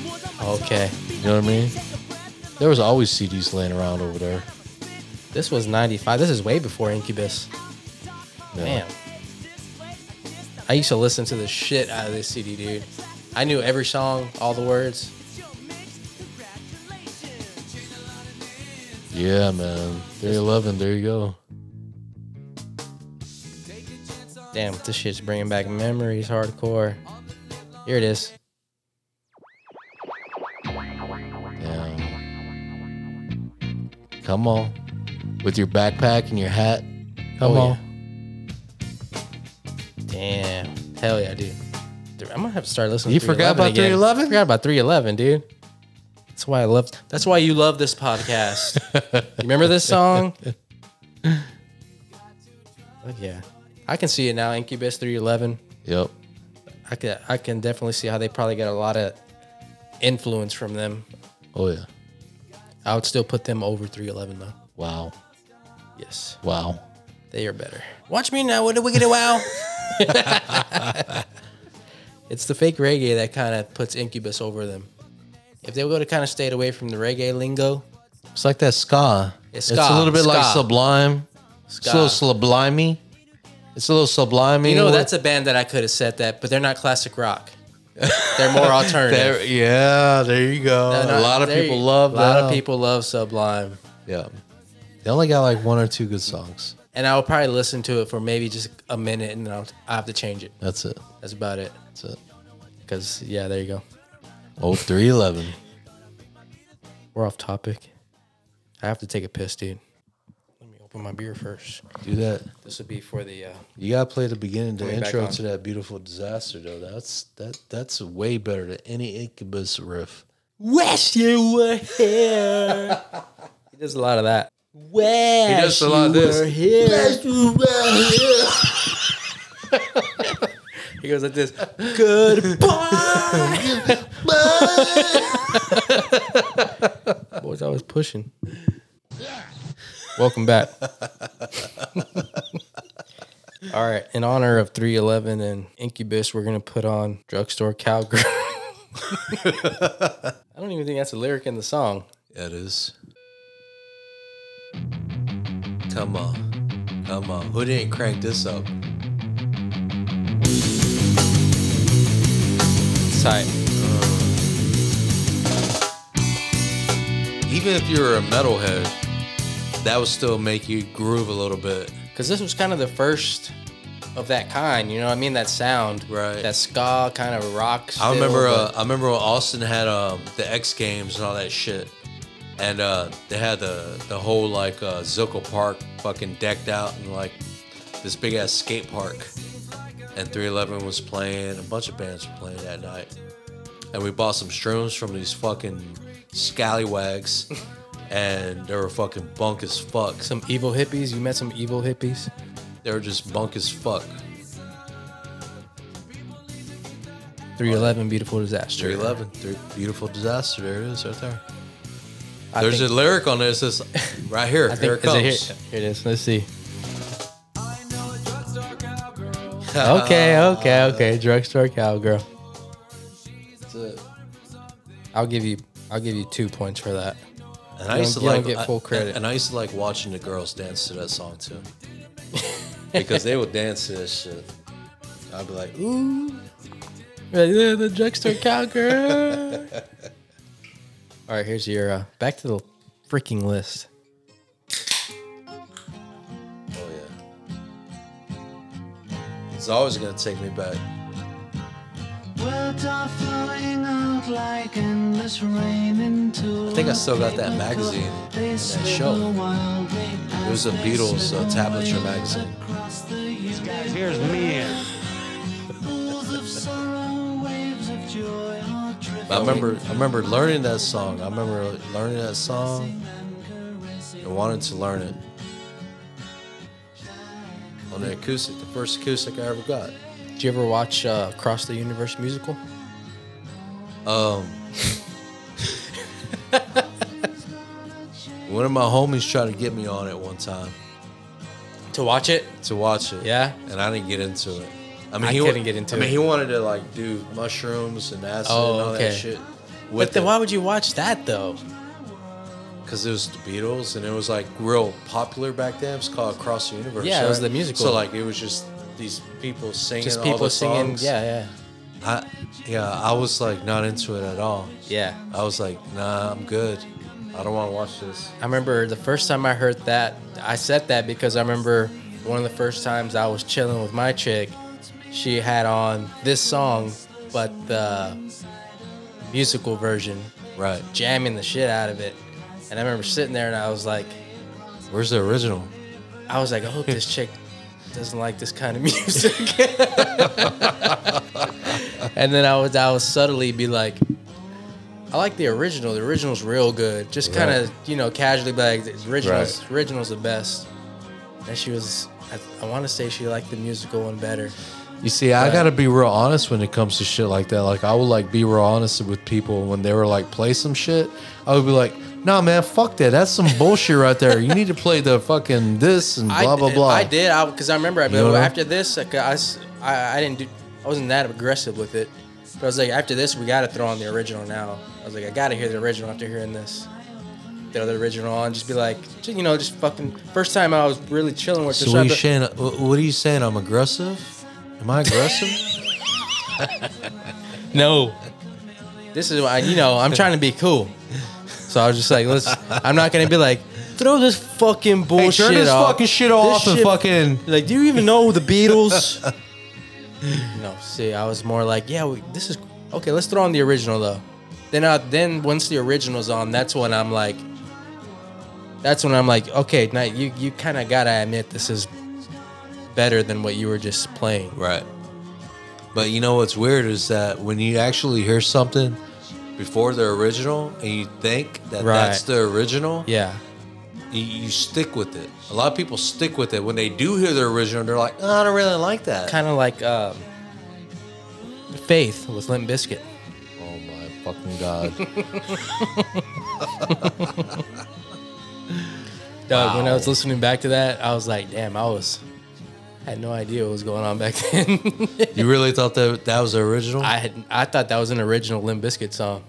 Okay,
You know what I mean? There was always CDs laying around over there.
this was '95. This is way before Incubus.
Yeah.
Man, I used to listen to the shit out of this CD, dude. I knew every song, all the words.
Yeah, man. 311. There you go.
Damn, this shit's bringing back memories, hardcore. Here it is.
Damn. Come on. With your backpack and your hat. Come
Oh,
on.
Damn. Hell yeah, dude. Dude, I'm gonna have to start listening.
You
to 311
forgot about
again.
311?
Forgot about 311, dude. That's why I love. That's why you love this podcast. you remember this song? Fuck yeah, I can see it now. Incubus 311.
Yep.
I can I can definitely see how they probably got a lot of influence from them.
Oh, yeah.
I would still put them over 311 though.
Wow.
Yes,
Wow.
they are better. Watch me now. What do we get a wow? it's the fake reggae that kind of puts Incubus over them. If they would have kind of stayed away from the reggae lingo,
It's like that ska.
It's
It's,
ska,
a little bit like
ska.
Sublime. It's a little
Ska.
sublimey. It's a little sublimey.
you know that's a band that I could have said that, but they're not classic rock. They're more
There,
alternative.
yeah, there you go.
They're
a
not-
lot of
they're-
people love
A lot of
them.
people love Sublime.
Yeah. They only got like one or two good songs.
and I'll probably listen to it for maybe just a minute, and then I'll, I have to change it.
That's it.
That's about it.
That's it.
Cause yeah, there you go.
Oh, 311.
We're off topic. I have to take a piss, dude. Let me open my beer first.
Do that.
This would be for the. Uh,
You gotta play the beginning, the
Put me back
intro
on.
to that beautiful disaster though. That's that that's way better than any incubus riff.
Wish you were here. he does a lot of that. Wish he
does a lot of this.
here. He goes like this. Goodbye. Boys always pushing. Welcome back. All right. In honor of 311 and Incubus, we're going to put on Drugstore Cowgirl. I don't even think that's a lyric in the song.
That is. Come on. Come on. Who didn't crank this up?
It's tight.
Even if you were a metalhead, that would still make you groove a little bit.
Because this was kind of the first of that kind, you know what I mean? That sound.
Right.
That ska kind of rock.
I
still,
remember. Uh,
but-
I remember when Austin had um, the X Games and all that shit, and uh, they had the the whole like uh, Zoco Park fucking decked out and like this big ass skate park, and 311 was playing. A bunch of bands were playing that night, and we bought some shrooms from these fucking scallywags, and they were fucking bunk as fuck.
some evil hippies. You met some evil hippies.
They were just bunk as fuck.
311 Beautiful Disaster.
311. Three, beautiful disaster. There it is right there.
I
There's
think-
a lyric on this. It's right here.
I
here
think,
it
is
comes.
it here? Here it is. Let's see. Okay, okay, okay. Drugstore cowgirl.
That's it.
I'll give you. I'll give you two points for that.
And I
You
used to
don't- you
like
don't get
I-
full
and-
credit.
And, I used to like watching the girls dance to that song too, because they would dance to this shit. I'd be like, ooh,
The drugstore cowgirl. All right, here's your uh, back to the freaking list.
oh yeah. It's always gonna take me back. I think I still got that magazine and that show. It was a Beatles uh, tablature magazine.
These guys here's me in.
I remember, I remember learning that song. I remember learning that song and wanted to learn it on the acoustic, the first acoustic I ever got.
Did you ever watch uh, Across the Universe musical?
One of my homies tried to get me on it one time
To watch it?
to watch it.
Yeah?
and I didn't get into it. I mean,
I
he wa-
couldn't get into
I mean,
it.
he wanted to like do mushrooms and acid
Oh,
and all that
okay.
shit.
But then why would you watch that though?
because it was the Beatles and it was like real popular back then. It was called Across the Universe.
Yeah, it was
right?
the musical.
So like it was just these people singing,
Just
all
people
the
singing.
songs.
Yeah, yeah,
I, yeah, I was like not into it at all.
yeah.
I was like, nah, I'm good. I don't want to watch this.
I remember the first time I heard that, I said that because I remember one of the first times I was chilling with my chick, she had on this song, but the musical version,
Right.
jamming the shit out of it. And I remember sitting there and I was like,
Where's the original?
I was like, I hope this chick doesn't like this kind of music. and then I would, I would subtly be like, I like the original. The original's real good. Just kind of, you know, casually be like, the original's,
Right.
original's the best. And she was, I, I want to say she liked the musical one better.
You see, I
Right.
gotta be real honest when it comes to shit like that. Like, I would like be real honest with people when they were like play some shit. I would be like, nah, man, fuck that. That's some bullshit right there. You need to play the fucking this and blah
I,
blah
did-
blah.
I did, because I, remember I'd be
You
like,
know?
well, after this, like, I, s- I- I didn't do, I wasn't that aggressive with it. But I was like, after this, we got to throw on the original now. I was like, I got to hear the original after hearing this. Throw the original on, just be like, ju- you know, just fucking. First time I was really chilling with
So
her.
what are you
so I
saying? wh- What are you saying? I'm aggressive. Am I aggressive?
be- no. This is why, you know, I'm trying to be cool. So I was just like, let's, I'm not going to be like, throw this fucking
hey,
bullshit
turn this
off.
fucking shit
This
off and
shit-
fucking.
Like, do you even know the Beatles? no, see, I was more like, yeah, we, this is okay. Let's throw on the original though. Then, I, then once the original's on, that's when I'm like, that's when I'm like, okay, now you you kind of gotta admit this is better than what you were just playing.
Right. But you know what's weird is that when you actually hear something before the original and you think that
Right.
that's the original,
Yeah,
you, you stick with it. A lot of people stick with it. When they do hear the original, they're like, oh, I don't really like that.
kind of like um, Faith with Limp Biscuit.
oh my fucking God.
Dog, Uh, when I was listening back to that, I was like, damn, I was had no idea what was going on back then.
you really thought that that was the original?
I had I thought that was an original Limp Bizkit song.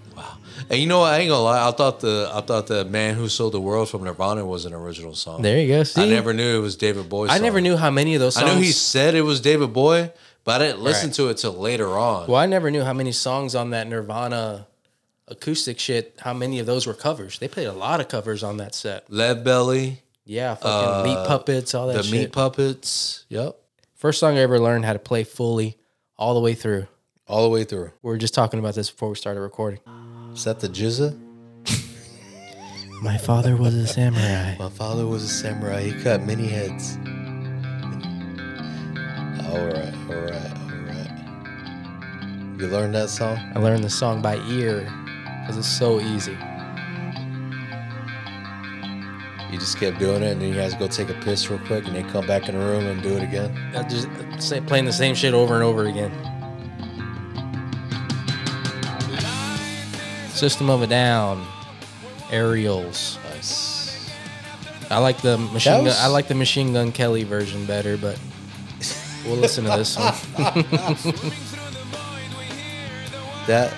and you know what? I ain't gonna lie. I thought the I thought the Man Who Sold the World from Nirvana was an original song.
There you go.
I never knew it was David Bowie.
I
song.
never knew how many of those songs.
I knew he said it was David Bowie, but I didn't listen
Right.
to it till later on.
Well, I never knew how many songs on that Nirvana acoustic shit. How many of those were covers? They played a lot of covers on that set.
Lead Belly,
Yeah, fucking meat puppets, all that
Uh, the
shit.
Meat Puppets. Yep.
First song I ever learned how to play fully, all the way through.
All the way through.
We were just talking about this before we started recording.
Is that the Jizza?
My father was a samurai.
My father was a samurai. He cut many heads. All right, all right, all right. You learned that song?
I learned the song by ear because it's so easy.
You just kept doing it, and then you guys go take a piss real quick, and then come back in the room and do it again.
I just say, playing the same shit over and over again. System of a Down, Aerials.
Nice.
I like the machine.
That was-
gun, I like the Machine Gun Kelly version better, but we'll listen to this one.
That,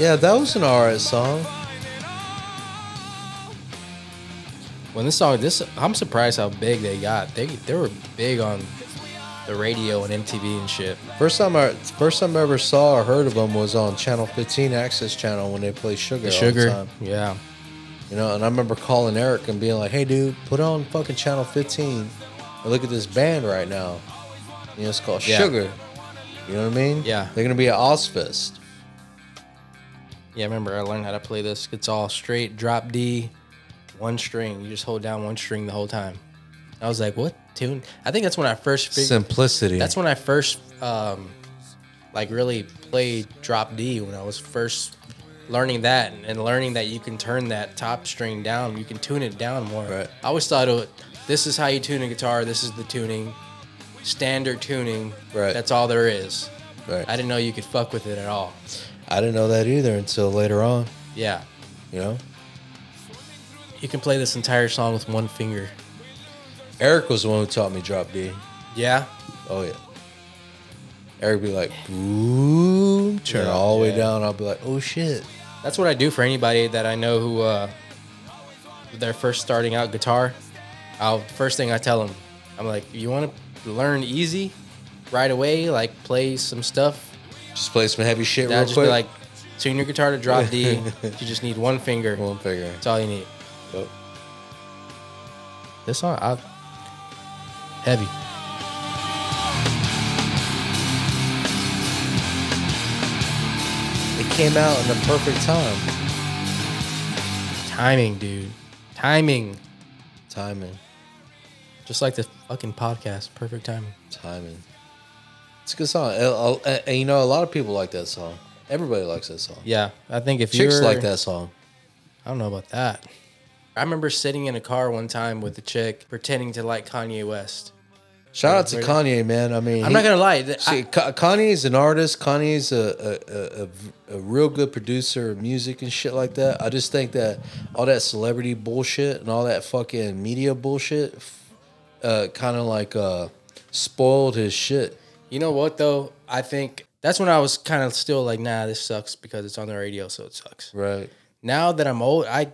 yeah, that was an alright song.
When this song, this I'm surprised how big they got. They they were big on the radio and MTV and shit.
First time I first time I ever saw or heard of them was on Channel 15 Access Channel when they play Sugar.
The
all
sugar,
the time.
yeah.
you know. And I remember calling Eric and being like, "Hey, dude, put on fucking Channel 15 and look at this band right now. You know, it's called
Yeah.
Sugar. You know what I mean?
Yeah.
They're gonna be at Ozfest.
Yeah, remember I learned how to play this. It's all straight drop D, one string. You just hold down one string the whole time. I was like, what tune? I think that's when I first figured.
Simplicity.
That's when I first, um, like, really played drop D when I was first learning that and, and learning that you can turn that top string down. You can tune it down more.
Right.
I always thought, oh, this is how you tune a guitar. This is the tuning, standard tuning.
Right.
That's all there is.
Right.
I didn't know you could fuck with it at all.
I didn't know that either until later on.
Yeah.
You know,
You can play this entire song with one finger.
Eric was the one who taught me drop D.
Yeah.
Oh yeah. Eric be like, "Ooh," turn it
Yeah,
all the
yeah.
way down. I'll be like, "Oh shit."
That's what I do for anybody that I know who uh, they're first starting out guitar. I'll first thing I tell them, I'm like, you want to learn easy right away, like play some stuff.
Just play some heavy shit
I'll
real
just
quick.
be like, tune your guitar to drop D. you just need one finger.
one finger.
That's all you need.
Yep.
This song, I heavy.
It came out in the perfect time.
Timing, dude. Timing.
Timing.
Just like the fucking podcast. Perfect timing.
Timing. It's a good song. And- And, and- and you know, a lot of people like that song. Everybody likes that song.
Yeah, I think if
Chicks
you're
like that song.
I don't know about that. I remember sitting in a car one time with a chick pretending to like Kanye West.
Shout out to
Right.
Kanye, man. I mean,
I'm not gonna lie. th-
See,
I,
Ka- Kanye's an artist. Kanye's a, a, a, a, a real good producer of music and shit like that. I just think that all that celebrity bullshit and all that fucking media bullshit f- uh, kind of like uh, spoiled his shit.
you know what though? I think that's when I was kind of still like, nah, this sucks because it's on the radio, so it sucks.
Right.
Now that I'm old, I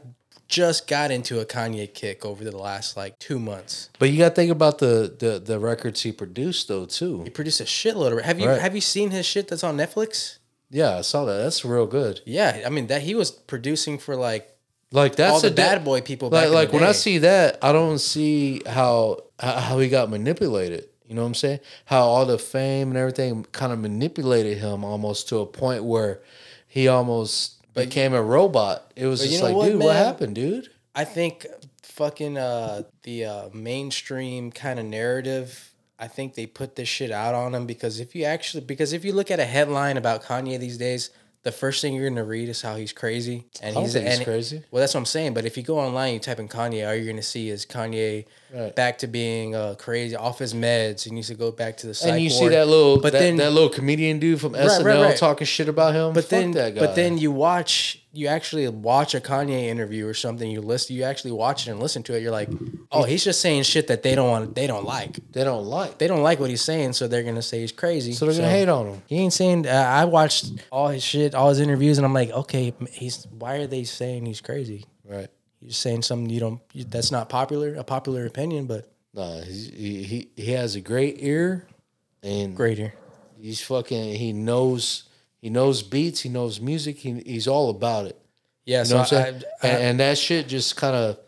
just got into a Kanye kick over the last like two months.
But you got to think about the, the, the records he produced, though, too.
He produced a shitload of. Have you
Right.
have you seen his shit that's on Netflix?
Yeah, I saw that. That's real good.
Yeah, I mean that he was producing for like
Like that's
all the
a di-
bad boy people. back
Like
in the
like when
day.
I see that, I don't see how how how he got manipulated. You know what I'm saying? How all the fame and everything kind of manipulated him almost to a point where he almost became a robot. It was
But you
just
know
like,
what,
dude, what
man?
happened, dude?
I think fucking uh, the uh, mainstream kind of narrative. I think they put this shit out on him because if you actually because if you look at a headline about Kanye these days, the first thing you're gonna read is how he's crazy and
don't
he's,
think he's
and-
crazy.
Well, that's what I'm saying. But if you go online, you type in Kanye, all you're gonna see is Kanye
Right.
back to being uh, crazy, off his meds. He needs to go back to the psych
and you see
ward.
that little
But
that,
then-
that little comedian dude from
right,
SNL
right.
talking shit about him.
But
Fuck
then,
that guy.
but then you watch, you actually watch a Kanye interview or something. You list, you actually watch it and listen to it. You're like,
Mm-hmm.
oh, he's just saying shit that they don't want, they don't like.
they don't like.
They don't like what he's saying, so they're gonna say he's crazy.
so they're gonna hate on him.
He ain't saying. Uh, I watched all his shit, all his interviews, and I'm like, okay, m- he's. Why are they saying he's crazy?
Right.
He's saying something you don't. you- That's not popular, a popular opinion, but
Nah, he's, he, he he has a great ear and
greater.
He's fucking. He knows. He knows beats. He knows music. He, he's all about it.
Yeah,
You
so
know what I'm
I,
saying?
I-
and, and that shit just kind of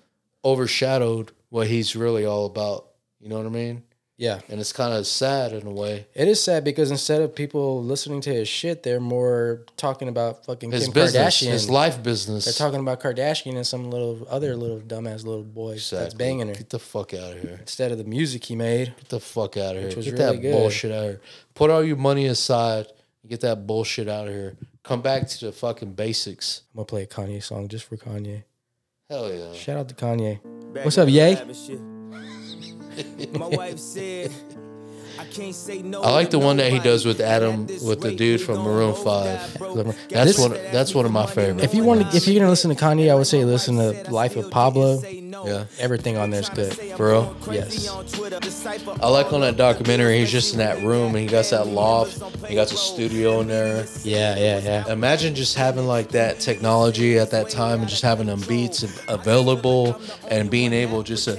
overshadowed what he's really all about. You know what I mean?
yeah,
And it's kind of sad in a way.
It is sad because instead of people listening to his shit, they're more talking about fucking
His
Kim
business,
Kardashian.
his life business.
They're talking about Kardashian and some little other little dumbass little boy that's
Exactly.
banging her
Get the fuck out of here.
instead of the music he made.
Get the fuck out of here.
was
Get
really
that
good.
bullshit out of here. Put all your money aside. and Get that bullshit out of here. Come back to the fucking basics.
I'm gonna play a Kanye song just for Kanye.
Hell yeah.
Shout out to Kanye.
Back
What's
in
up,
the
Ye?
lab and shit. My wife said, I like the one that he does with Adam, with the dude from Maroon Five. That's
This-
one. That's one of my favorites.
If
you wanna- if you're gonna listen to Kanye, I would say listen to Life of Pablo.
Yeah,
Everything on there's good.
for real.
Yes.
I like on that documentary. He's just in that room, and he got that loft. He got the studio in there.
Yeah, yeah, yeah.
Imagine just having like that technology at that time and just having them beats av- available and being able just to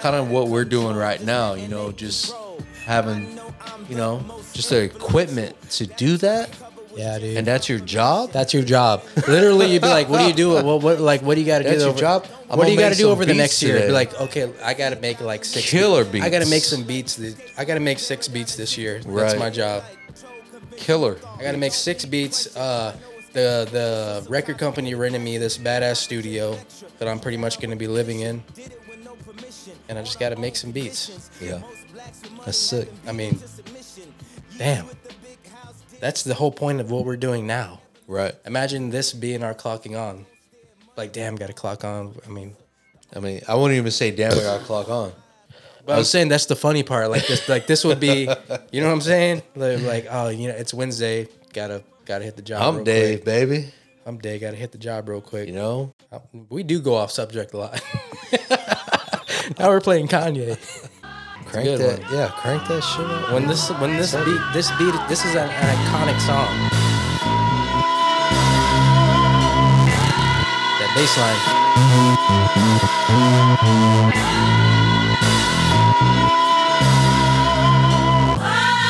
kind of what we're doing right now, you know, just having, you know, just the equipment to do that.
Yeah, dude.
And that's your job.
That's your job. Literally, you'd be like, "What do you do? What, what like what do you got to do?"
That's your
over,
job? I'm
what do
gonna
you got to
make
do
some
over the
beats
next year? You'd Be
today.
like, "Okay, I got to make like six
Killer
I got to
beats.
make some beats. This, I got to make six beats this year. That's
Right.
my job.
Killer.
I got to make six beats. Uh, the the record company rented me this badass studio that I'm pretty much going to be living in, and I just got to make some beats.
Yeah. That's sick.
I mean, damn, that's the whole point of what we're doing now.
Right.
Imagine this being our clocking on. Like, damn, got to clock on. I mean,
I mean, I wouldn't even say damn it, I clock on.
but I'm saying that's the funny part. Like this, like this would be, you know what I'm saying? Like, like, oh, you know, it's Wednesday. Gotta, gotta hit the job.
I'm
real
Dave,
Quick.
baby.
I'm Dave. Gotta hit the job real quick.
You know?
we do go off subject a lot. now we're playing Kanye.
Crank
good
that. Yeah, crank that shit up.
When this, when this beat, this beat, this is an, an iconic song. That bass line.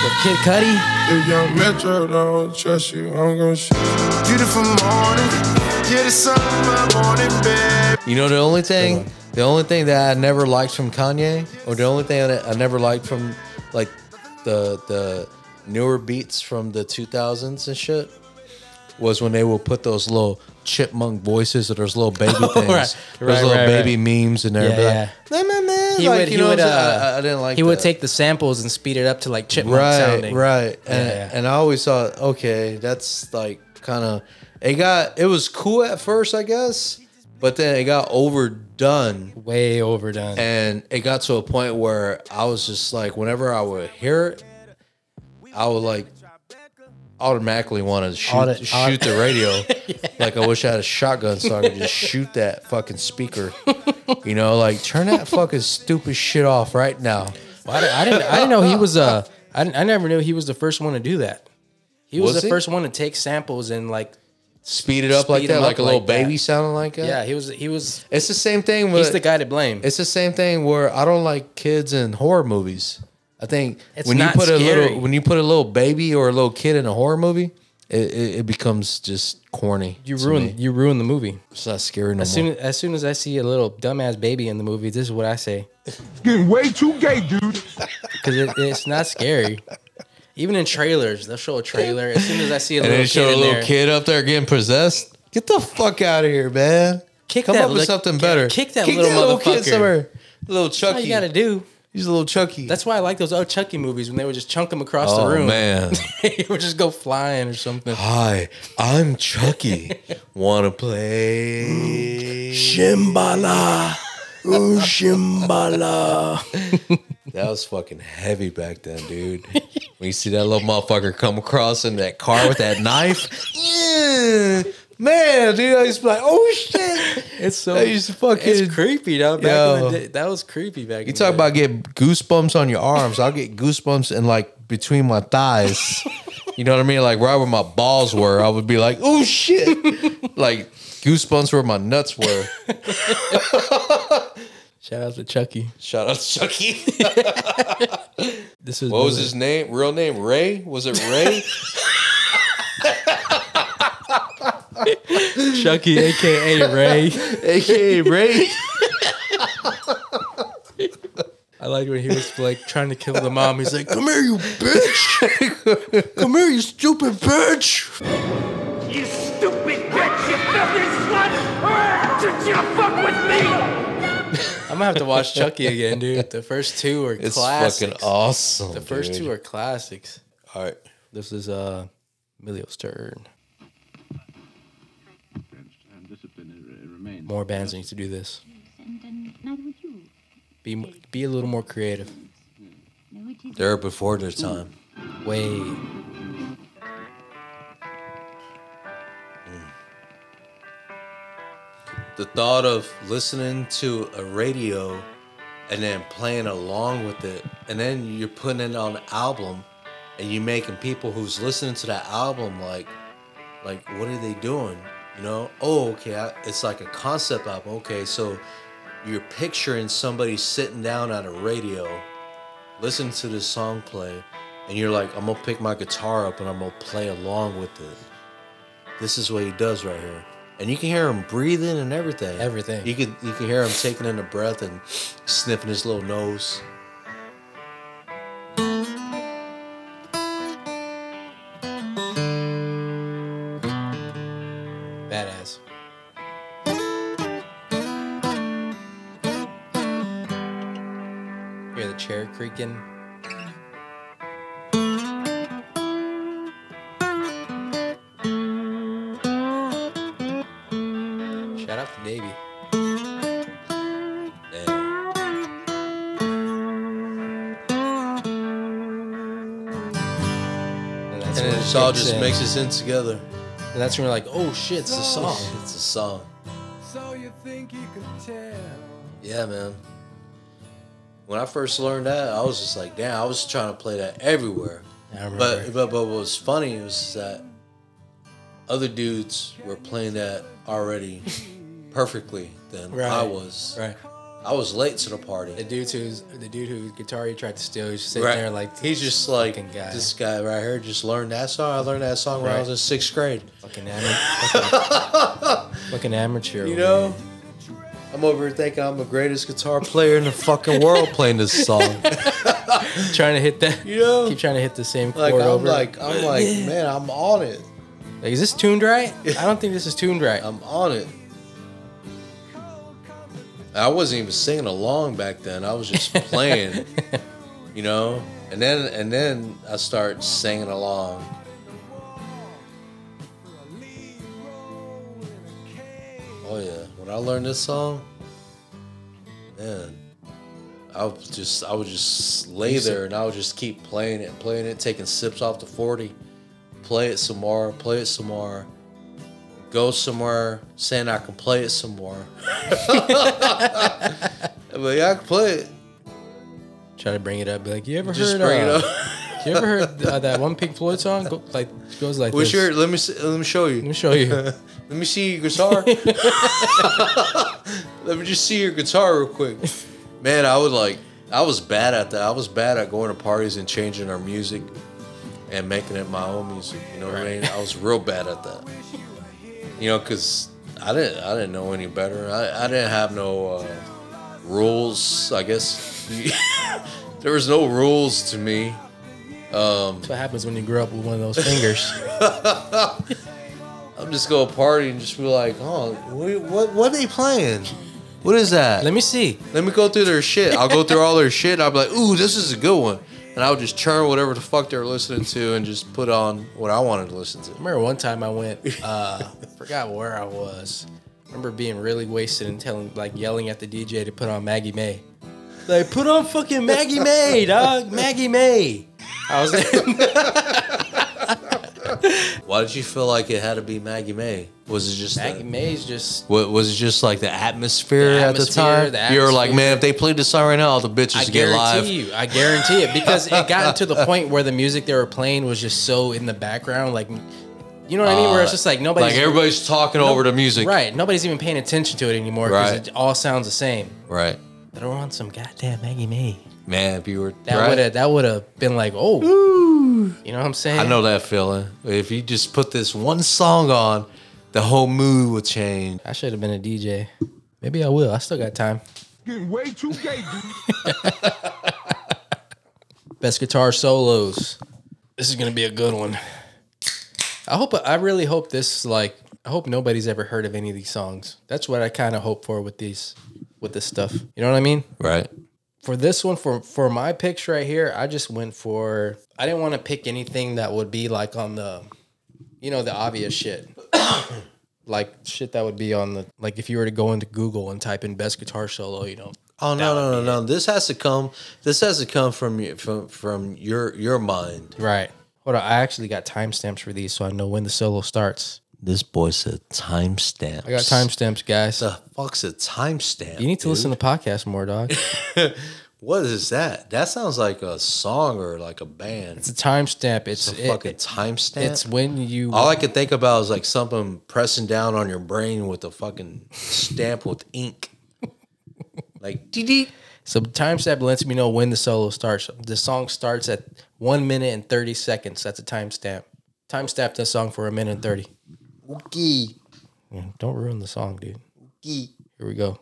With Kid Cudi.
If young Metro don't trust you, I'm gonna shoot you. Beautiful morning, you're the sun of my morning, babe.
You know the only thing the only thing that I never liked from Kanye, or the only thing that I never liked from like the the newer beats from the two thousands and shit was when they will put those little chipmunk voices or those little baby things.
right.
Those
Right,
little
right,
baby memes in there.
Yeah,
Be like,
yeah.
"Nah, man, man,"
he
like,
would,
you
he
know
would
what I'm
uh,
saying? I, I didn't like
He would
that.
take the samples and speed it up to like chipmunk
right,
sounding.
Right. And,
Yeah, yeah.
and I always thought, okay, that's like kind of it got it was cool at first, I guess, but then it got overdone
Way overdone.
and it got to a point where I was just like whenever I would hear it, I would like automatically want to shoot
Audit-
shoot the radio. Like I wish I had a shotgun so I could just shoot that fucking speaker. You know, like turn that fucking stupid shit off right now.
Well, I, didn't- I didn't. I didn't know he was. Uh, I, didn't- I never knew he was the first one to do that. He was,
Was
the
he?
first one to take samples and like.
Speed it up like
Speed 'em
that,
up
like a little
like that.
baby sounding like that.
Yeah, he was. He was.
It's the same thing with
He's the guy to blame.
It's the same thing where I don't like kids in horror movies. I think
It's
when you
not
put a
scary.
little when you put a little baby or a little kid in a horror movie, it, it, it becomes just corny.
you
to
ruined.
me.
You ruined the movie.
It's not scary no
As
more.
soon as soon as I see a little dumbass baby in the movie, this is what I say
Getting way too gay, dude.
because it, it's not scary. Even in trailers, they'll show a trailer. As soon as I see a
and
little
they
kid,
show a
in
little
there,
kid up there getting possessed. Get the fuck out of here, man!
Kick
Come
that
up with
lick-
something
kick-
better.
kick that little motherfucker.
Little
that's all
Chucky.
you gotta do.
He's a little Chucky.
That's why I like those old Chucky movies when they would just chunk him across
oh
the room.
man.
he would just go flying or something.
Hi, I'm Chucky. Wanna play Shimbala? Ooh, Shimbala. That was fucking heavy back then, dude. When you see that little motherfucker come across in that car with that knife, yeah, man, dude, I used to be like, oh shit.
It's so
That used to fucking.
It's creepy though. Back in the
Yo.
day, that was creepy back.
You talk about get goosebumps on your arms. I'll get goosebumps in like between my thighs. you know what I mean? Like right where my balls were, I would be like, oh shit. like goosebumps where my nuts were.
shout out to Chucky.
Shout out to Chucky.
This was
what was his name? Real name? Ray? Was it Ray?
Chucky, aka Ray.
AKA Ray.
I liked when he was like trying to kill the mom. He's like, "Come here, you bitch! Come here, you stupid bitch!"
You stupid bitch, you filthy slut! Did you fuck with me?
I'm gonna have to watch Chucky again, dude. The first two are
It's
classics.
fucking awesome.
the first
dude.
two are classics.
All right.
This is uh, Emilio's turn. More bands need to do this.
and, and neither would you.
Be be a little more creative.
Now, which
They're before their time.
Way.
The thought of listening to a radio and then playing along with it, and then you're putting it on an album, and you're making people who's listening to that album like, like what are they doing? You know? Oh, okay. I, it's like a concept album. Okay, so you're picturing somebody sitting down at a radio listen to this song play, and you're like, I'm gonna pick my guitar up and I'm gonna play along with it. This is what he does right here. And you can hear him breathing and everything.
Everything.
You can you can hear him taking in a breath and sniffing his little nose.
Badass. Hear the chair creaking. Shout out to Davey.
Yeah.
And that's,
And
when
it
it
all
kicks
just
in.
mixes in together.
And that's when you're like, oh shit, it's a song.
It's a song. Yeah, man. When I first learned that, I was just like, damn, I was trying to play that everywhere.
I remember.
But, but but what was funny was that other dudes were playing that already perfectly than I
Right.
was.
right.
I was late to the party.
The dude who's the dude whose guitar you tried to steal, he's sitting
Right.
there like
he's just like
fucking guy.
this guy right here just learned that song. I learned that song when I
Right.
was in sixth grade.
fucking amateur. fucking amateur.
You
over
know, I'm over here thinking I'm the greatest guitar player in the fucking world playing this song.
here. trying to hit that.
You know?
keep trying to hit the same chord
Like I'm
over.
like I'm like man, I'm on it.
Like, is this tuned right? I don't think this is tuned right.
I'm on it. I wasn't even singing along back then. I was just playing, you know. And then and then I start singing along. Oh yeah, when I learned this song, man, I would just I would just lay there and I would just keep playing it, playing it, taking sips off the forty, play it some more, play it some more go somewhere saying I can play it some more. but yeah, I can play it.
Try to bring it up. Be like, you ever
Just
heard?
bring it
uh,
up.
You ever heard uh, that one Pink Floyd song? Go, like goes like
What's
this.
your? Let me see, let me show
Let
you.
me show you.
Let me see your guitar. let me just see your guitar real quick. Man, I was like, I was bad at that. I was bad at going to parties and changing our music and making it my own music. You know what I mean? I was real bad at that. You know, cause I didn't, I didn't know any better. I, I didn't have no uh, rules. I guess there was no rules to me.
That's what happens when you grow up with one of those fingers.
I'm just going to party and just be like, oh, what, what, what are they playing? What is that?
Let me see.
Let me go through their shit. I'll go through all their shit. I'll be like, ooh, this is a good one. And I'll just churn whatever the fuck they're listening to and just put on what I wanted to listen to.
I remember one time I went, uh, forgot where I was. I remember being really wasted and telling, like, yelling at the DJ to put on Maggie May. Like, put on fucking Maggie May, dog. Maggie May. I was like,
Why did you feel like it had to be Maggie May? Was it just the-
Maggie May's just.
wa- was it just like the atmosphere,
The
at the
atmosphere,
time?
the
you were like,
atmosphere.
man, if they played this song right now, all the bitches
I
would get live.
guarantee you. I guarantee it because it got to the point where the music they were playing was just so in the background, like, you know what I mean? Where it's just like nobody's
Uh, Like everybody's talking over the music.
right. Nobody's even paying attention to it anymore because
Right.
it all sounds the same.
Right.
Throw on some goddamn Maggie May.
Man, if you were
That
right?
would have that would have been like, oh, you know what I'm saying?
I know that feeling. If you just put this one song on, the whole mood would change.
I should have been a DJ. Maybe I will. I still got time.
Getting way too gay, dude.
Best guitar solos. This is gonna be a good one. I hope. I really hope this. Like, I hope nobody's ever heard of any of these songs. That's what I kind of hope for with these, with this stuff. You know what I mean?
Right.
for this one for for my picks right here i just went for i didn't want to pick anything that would be like on the you know the obvious shit like shit that would be on the like if you were to go into google and type in best guitar solo you know
Oh no
That
no
would
no no!
be
This has to come. This has to come from you from from your your mind.
Right. Hold on. I actually got timestamps for these so I know when the solo starts.
This boy said timestamps.
I got timestamps, guys.
The fuck's a timestamp?
You need to listen to podcasts more, dog.
What is that? That sounds like a song or like a band.
It's a timestamp. It's
It's a
it-
fucking Oh,
it-
timestamp.
It's when you
All I could think about is like something pressing down on your brain with a fucking stamp with ink. Like dee dee.
so timestamp lets me know when the solo starts. The song starts at one minute and thirty seconds. That's a timestamp. Timestamp the song for a minute and thirty.
Okay.
Yeah, don't ruin the song, dude. Here we go.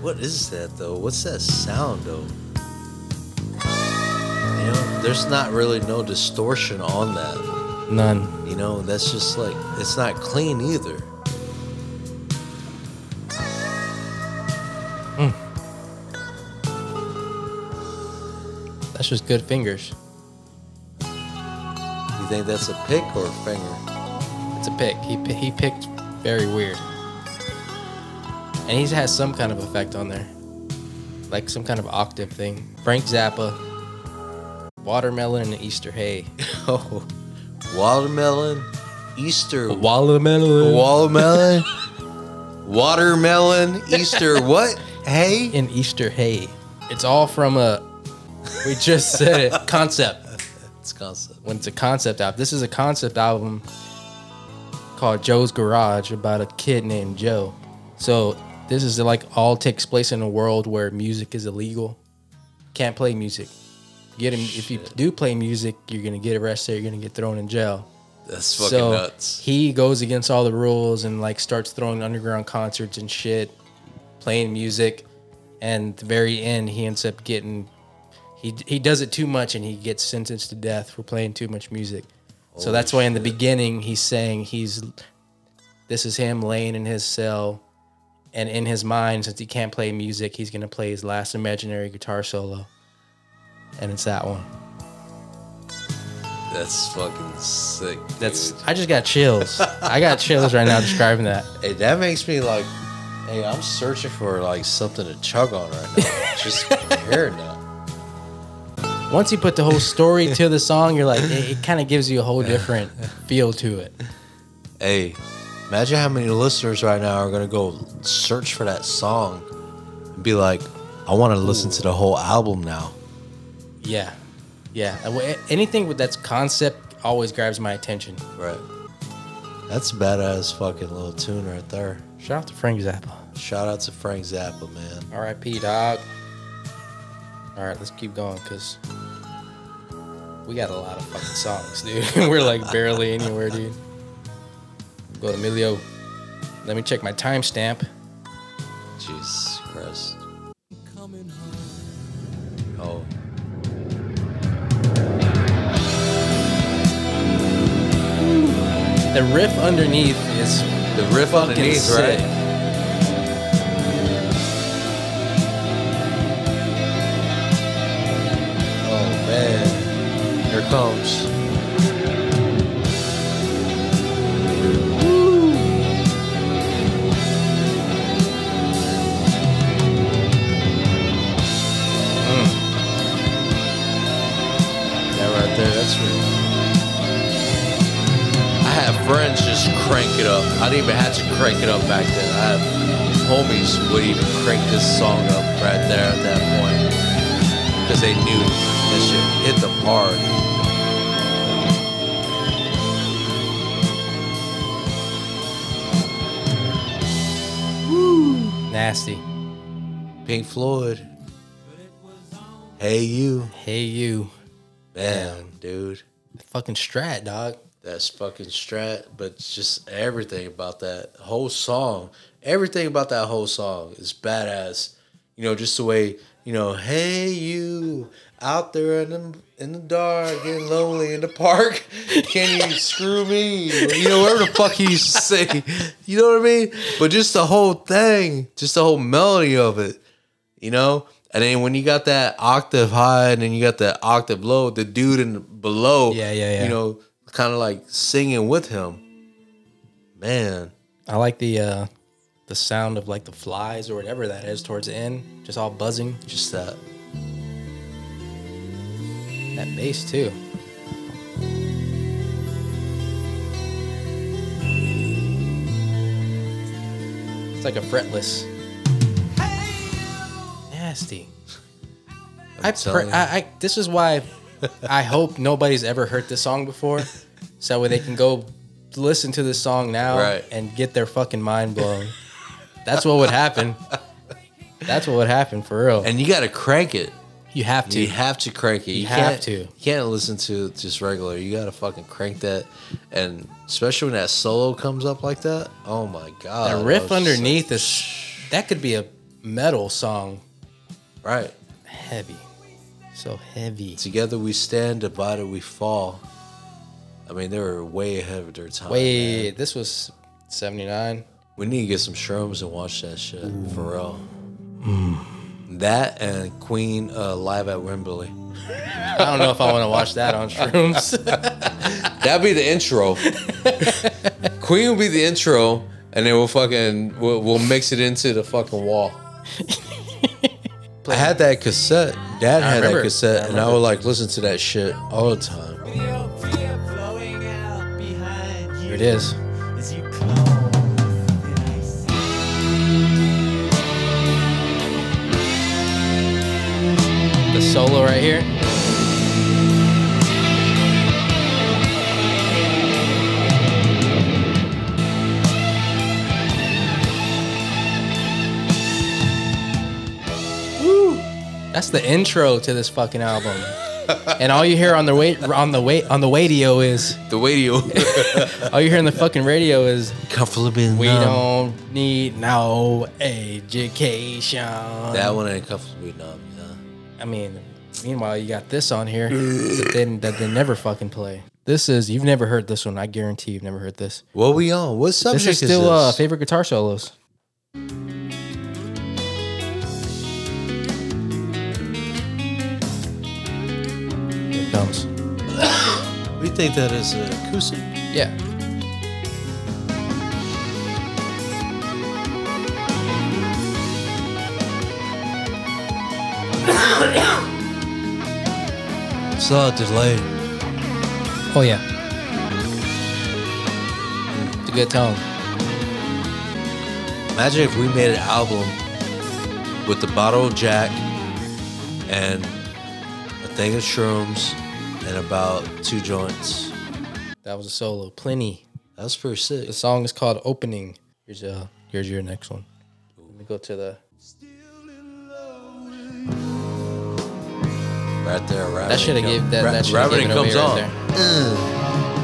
What is that though? What's that sound though? You know, there's not really no distortion on that.
None.
You know, that's just like it's not clean either.
That's just good fingers.
You think that's a pick or a finger?
It's a pick. He pi- he picked very weird, and he's has some kind of effect on there, like some kind of octave thing. Frank Zappa, watermelon and Easter hay.
Oh, watermelon, Easter,
Watermelon.
watermelon, watermelon, Easter. What? Hey,
in Easter hay. It's all from a we just said it concept.
it's concept.
When it's a concept album, this is a concept album called Joe's Garage about a kid named Joe. So this is like all takes place in a world where music is illegal. Can't play music. Get him if you do play music, you're gonna get arrested. You're gonna get thrown in jail.
That's fucking
so
nuts.
he goes against all the rules and like starts throwing underground concerts and shit, playing music, and at the very end he ends up getting he he does it too much and he gets sentenced to death for playing too much music. so that's why in the beginning he's saying he's this is him laying in his cell and in his mind since he can't play music he's going to play his last imaginary guitar solo. And it's that one.
That's fucking sick. dude.
That's I just got chills. I got chills right now describing that.
Hey, that makes me like, hey, I'm searching for like something to chug on right now. Just hearing that.
once you put the whole story to the song, you're like, it, it kind of gives you a whole different feel to it.
Hey, imagine how many listeners right now are gonna go search for that song and be like, I want to listen to the whole album now.
Yeah, yeah. And wh- Anything with that concept always grabs my attention.
Right. That's a badass fucking little tune right there.
Shout out to Frank Zappa.
Shout out to Frank Zappa, man.
R.I.P. Dog. All right, let's keep going because we got a lot of fucking songs, dude. We're like barely anywhere, dude. Go to Emilio. Let me check my timestamp.
Jesus Christ. Oh.
The riff underneath is
The riff underneath,
sick.
right? Oh man. Here it comes. That right there, that's real. I had friends just crank it up. I didn't even have to crank it up back then. I had homies would even crank this song up right there at that point because they knew this shit hit them hard.
nasty.
Pink Floyd. Hey you,
Hey you,
man, dude.
fucking Strat, dog.
That's fucking strat, but it's just everything about that whole song, everything about that whole song is badass. You know, just the way you know, hey you out there in the in the dark, getting lonely in the park, can you screw me? You know, whatever the fuck he used to say. You know what I mean? But just the whole thing, just the whole melody of it. You know, And then when you got that octave high and then you got that octave low, the dude in below,
Yeah, yeah, yeah.
you know, kind of like singing with him. Man,
I like the uh, the sound of like the flies or whatever that is towards the end, just all buzzing.
just that.
That bass too. It's like a fretless. Nasty. I,
telling
pr-
you.
I, I this is why I hope nobody's ever heard this song before, so that way they can go listen to this song now
Right.
and get their fucking mind blown. That's what would happen. That's what would happen for real. And
And you got to crank it.
you have to.
You have to crank it. You,
have
can't,
to.
You can't listen to it just regular. You got to fucking crank that. And especially when that solo comes up like that. Oh my God. I
The
was
riff
just like,
underneath is that could be a metal song.
right.
Heavy, so heavy.
Together we stand, divided we fall. I mean, they were way ahead of their time. man.
Wait, this was seventy nine.
We need to get some shrooms and watch that shit for real.
Mm.
That and Queen uh, live at Wembley.
I don't know if I want to watch that on shrooms.
That'd be the intro. Queen would be the intro, and then we'll fucking we'll, we'll mix it into the fucking wall. I had that cassette. Dad had
remember.
that cassette, and I would like listen to that shit all the time.
Here it is. The solo right here. That's the intro to this fucking album. and all you hear on the wait on the wait on the radio is
The radio.
all you hear on the fucking radio is
Comfortably
we
numb.
don't need no education.
That one ain't comfortably numb. Yeah.
I mean, meanwhile, you got this on here that they, that they never fucking play. This is, you've never heard this one. I guarantee you've never heard this.
What we on? What subject
This is
is
still
this?
uh, favorite guitar solos. Here it comes.
We think that is an acoustic.
Yeah.
It's uh, not delayed.
Oh, yeah. It's a good tone.
Imagine if we made an album with the bottle of Jack and a thing of shrooms and about two joints.
That was a solo. Plenty.
That was pretty sick.
The song is called Opening. Here's uh here's your next one. Let me go to the
Right there, right.
That should have gave that that should have
Robert
given it away
comes
right
on.
there.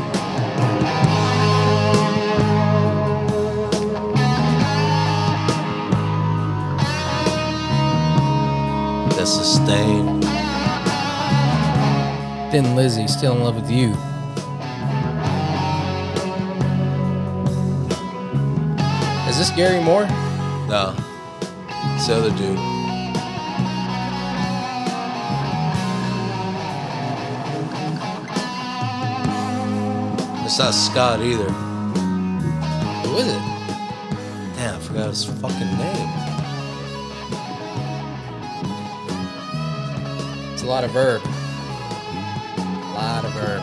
That sustain.
Thin Lizzy, still in love with you. Is this Gary Moore?
No. It's the other dude. It's not Scott either.
Who is it?
Damn, I forgot his fucking name.
It's a lot of verb. A lot of verb.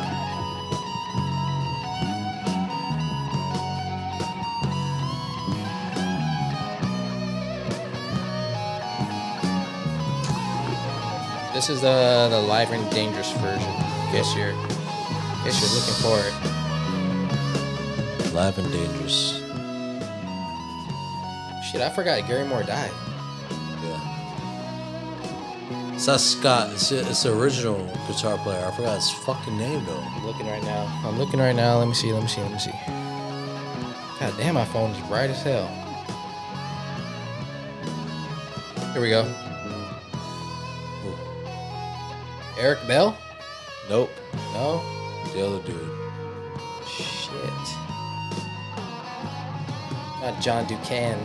This is the the live and dangerous version. Guess you're, guess you're looking for it.
Live and dangerous.
Shit, I forgot Gary Moore died.
Yeah. It's not Scott. It's, it's the original guitar player. I forgot his fucking name though.
I'm looking right now. I'm looking right now. Let me see. Let me see. Let me see. God damn, my phone is bright as hell. Here we go. Eric Bell?
Nope.
No.
The other dude.
Shit. Not John Ducan.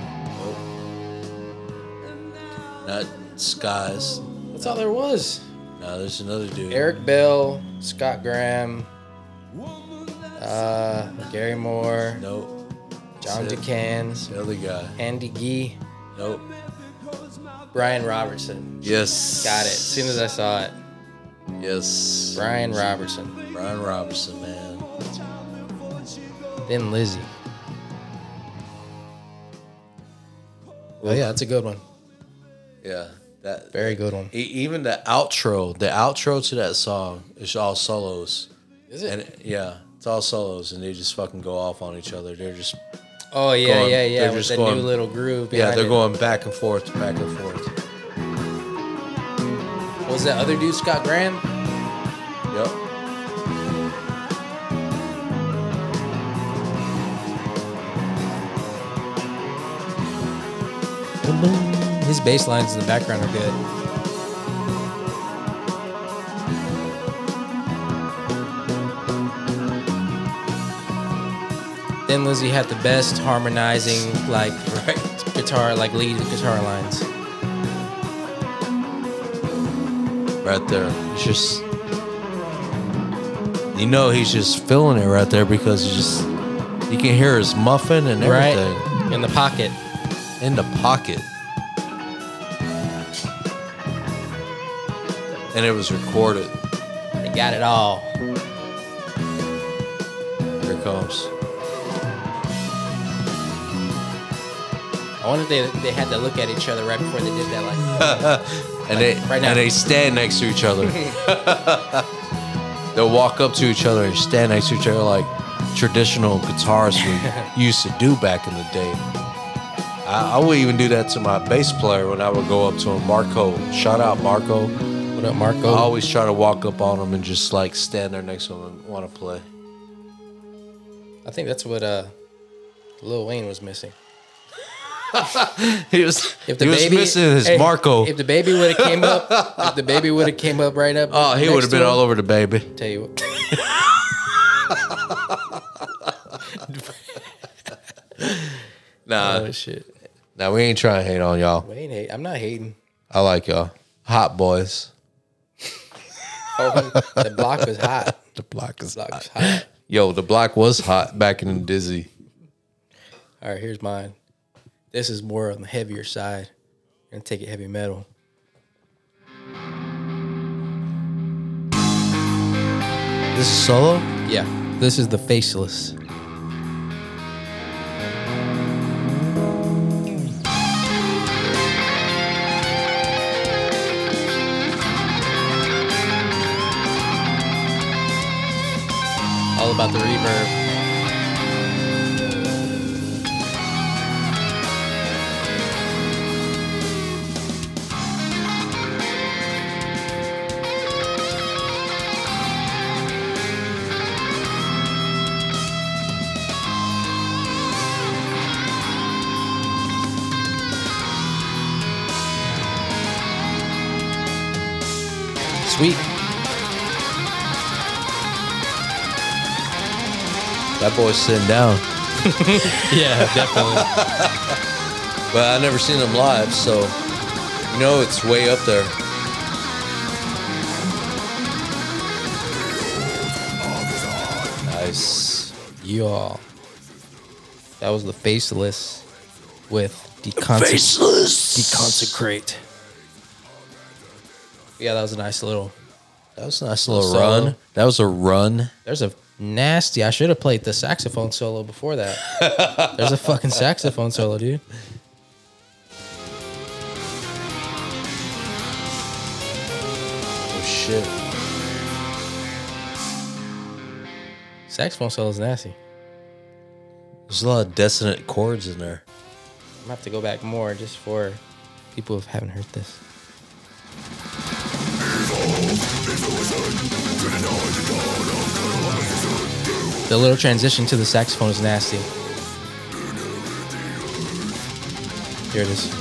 Not Skies.
That's all there was.
No, there's another dude.
Eric Bell, Scott Graham, uh, Gary Moore,
Nope.
John
That's it.
DeCan,
The other guy.
Andy Gee,
Nope.
Brian Robertson.
Yes.
Got it. As soon as I saw it,
Yes.
Brian Robertson.
Brian Robinson, man.
Then Lizzie. Oh yeah, that's a good one.
Yeah. That
Very good one.
E- even the outro, the outro to that song is all solos.
Is
And yeah, it's all solos and they just fucking go off on each other. They're just
Oh yeah,
going-
yeah, yeah.
they're
With
just
the
going-
new little groove.
Yeah,
behind
they're
it.
going back and forth, back and forth.
What was that other dude Scott Graham?
Yep.
His bass lines in the background are good. Then Lizzie had the best harmonizing, like guitar, like lead guitar lines.
Right there. It's just You know he's just feeling it right there because he's just you can hear his muffin and everything
Right in the pocket.
in the pocket. And it was recorded.
They got it all.
Here it comes.
I wonder if they, they had to look at each other right before they did that. Like,
and they
right now.
and they stand next to each other. They'll walk up to each other and stand next to each other like traditional guitarists we used to do back in the day. I, I would even do that to my bass player when I would go up to him, Marco. Shout out Marco.
what up,
I
Marco?
always try to walk up on him and just like stand there next to him and want to play.
I think that's what uh, Lil Wayne was missing.
He was
If the
he was
baby,
missing his
hey,
Marco.
If the baby would have came up, if the baby would have came up right up.
oh, he
next
would have
to
been
him,
all over the baby.
Tell you what.
Nah,
Oh shit.
nah, we ain't trying to hate on y'all.
Wayne, hate. I'm not hating.
I like y'all. Hot boys.
Oh, the block was hot.
The block is
Block was hot.
Yo, the block was hot back in Dizzy.
All right, here's mine. This is more on the heavier side. Gonna take it heavy metal.
This is solo?
Yeah, this is the faceless. All about the reverb. Sweet.
That boy's sitting down.
Yeah, definitely.
But I never seen him live, so you know it's way up there. Nice.
Y'all. That was the faceless with deconse-
Faceless.
deconsecrate. Yeah, that was a nice little.
That was a nice little
Solo.
run. That was a run.
There's a nasty. I should have played the saxophone solo before that. There's a fucking saxophone solo, dude.
Oh shit.
Saxophone solo is nasty.
There's a lot of dissonant chords in there.
I'm gonna have to go back more just for people who haven't heard this. The little transition to the saxophone is nasty. Here it is.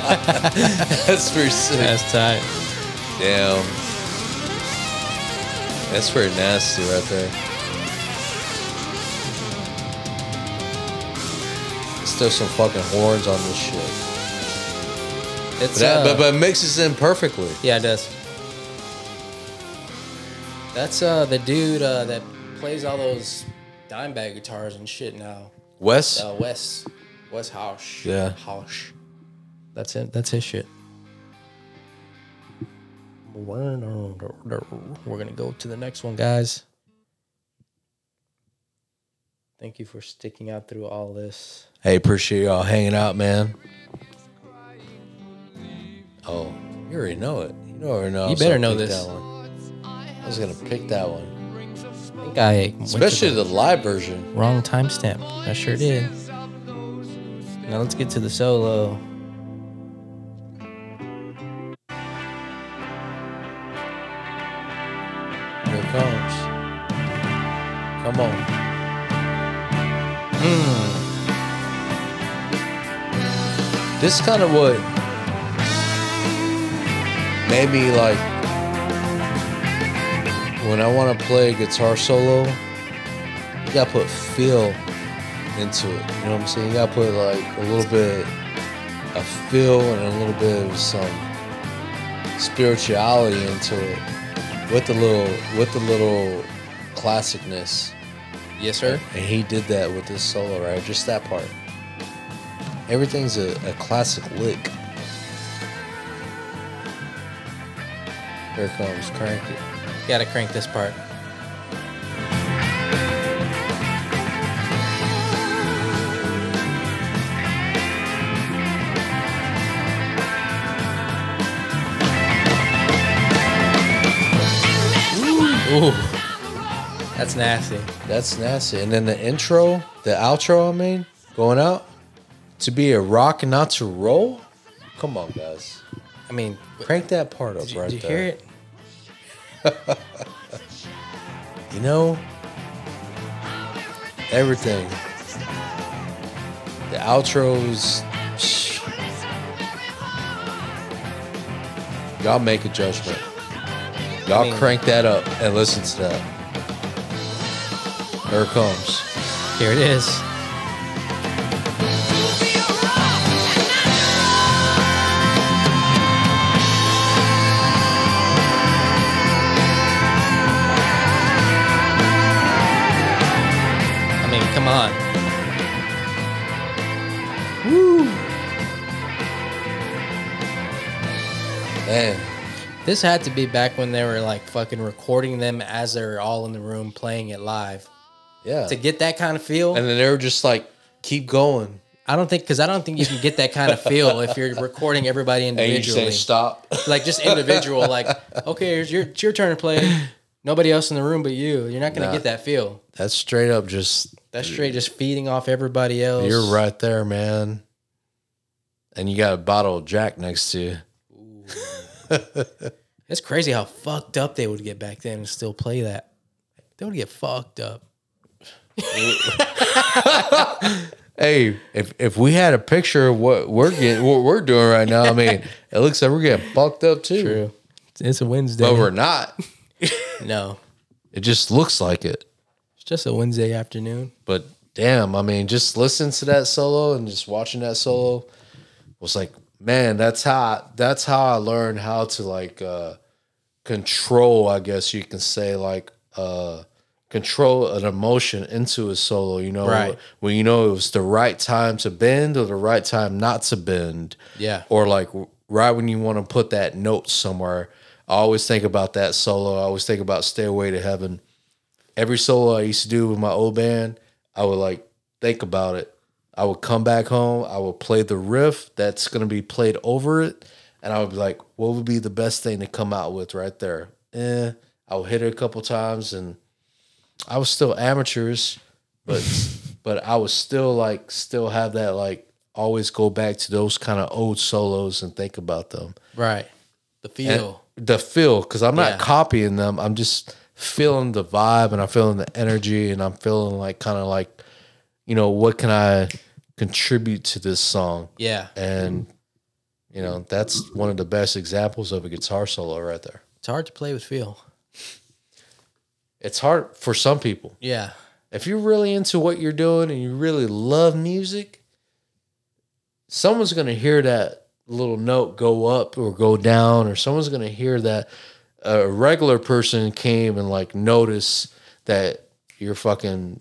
That's pretty sick.
That's tight.
Damn. That's pretty nasty right there. there's some fucking horns on this shit.
It's
But, that,
uh,
but, but it mixes in perfectly.
yeah, it does. That's uh the dude uh, that plays all those dime bag guitars and shit now.
Wes?
Uh, Wes Wes Hausch.
Yeah.
Hausch. That's it. That's his shit. We're gonna go to the next one, guys. Thank you for sticking out through all this.
Hey, appreciate y'all hanging out, man. Oh, you already know it. You know, already know. I
You
was
better
gonna
know
pick
this.
That one. I was gonna pick that one,
I think I went to
especially
the-
the live version.
Wrong timestamp. I sure did. Now let's get to the solo.
Here it comes. Come on. This kind of what made me like when I want to play guitar solo. You gotta put feel into it. You know what I'm saying? You gotta put like a little bit of feel and a little bit of some spirituality into it with the little with the little classicness.
Yes, sir.
And he did that with this solo, right? Just that part. Everything's a, a classic lick. Here it comes, crank it.
Gotta crank this part.
Ooh,
That's nasty.
that's nasty. And then the intro, the outro, I mean, going out to be a rock, not to roll. Come on, guys,
I mean,
crank that part up
did you,
right
did you
there.
hear it?
You know, everything. The outros. shh. Y'all make a judgment. Y'all
I mean-
crank that up and listen to that. Here it comes.
Here it is. I mean, come on.
Man,
This had to be back when they were like fucking recording them as they're all in the room playing it live.
yeah.
To get that kind of feel,
And then they were just like, keep going.
I don't think because I don't think you can get that kind of feel if you're recording everybody
And
individually.
you say stop.
like just individual like okay here's your, it's your turn to play nobody else in the room but you you're not gonna
Nah.
get that feel
That's straight up just
that's straight just feeding off everybody else
You're right there, man. And you got a bottle of Jack next to you.
it's crazy how fucked up they would get back then and still play that they would get fucked up
Hey, if if we had a picture of what we're getting, what we're doing right now, I mean, it looks like we're getting fucked up too.
it's a wednesday
But we're not.
no
It just looks like it.
it's just a wednesday afternoon
But damn, I mean, just listening to that solo and just watching that solo was like, man, that's how that's how I learned how to like uh control, I guess you can say, like uh control an emotion into a solo, you know,
Right.
when you know it was the right time to bend or the right time not to bend.
Yeah.
Or like right when you want to put that note somewhere. I always think about that solo. I always think about Stairway to Heaven every solo I used to do with my old band, I would like think about it. I would come back home, I would play the riff that's gonna be played over it, and I would be like, what would be the best thing to come out with right there? Eh, I would hit it a couple times and I was still amateurs, but but I was still like still have that like always go back to those kind of old solos and think about them.
right the
And
feel
the feel because i'm not
Yeah.
copying them i'm just feeling the vibe and i'm feeling the energy and i'm feeling like kind of like you know what can i contribute to this song
yeah
and you know that's one of the best examples of a guitar solo right there
it's hard to play with feel
it's hard for some people
yeah
if you're really into what you're doing and you really love music someone's gonna hear that little note go up or go down, or someone's gonna hear that a regular person came and like notice that you're fucking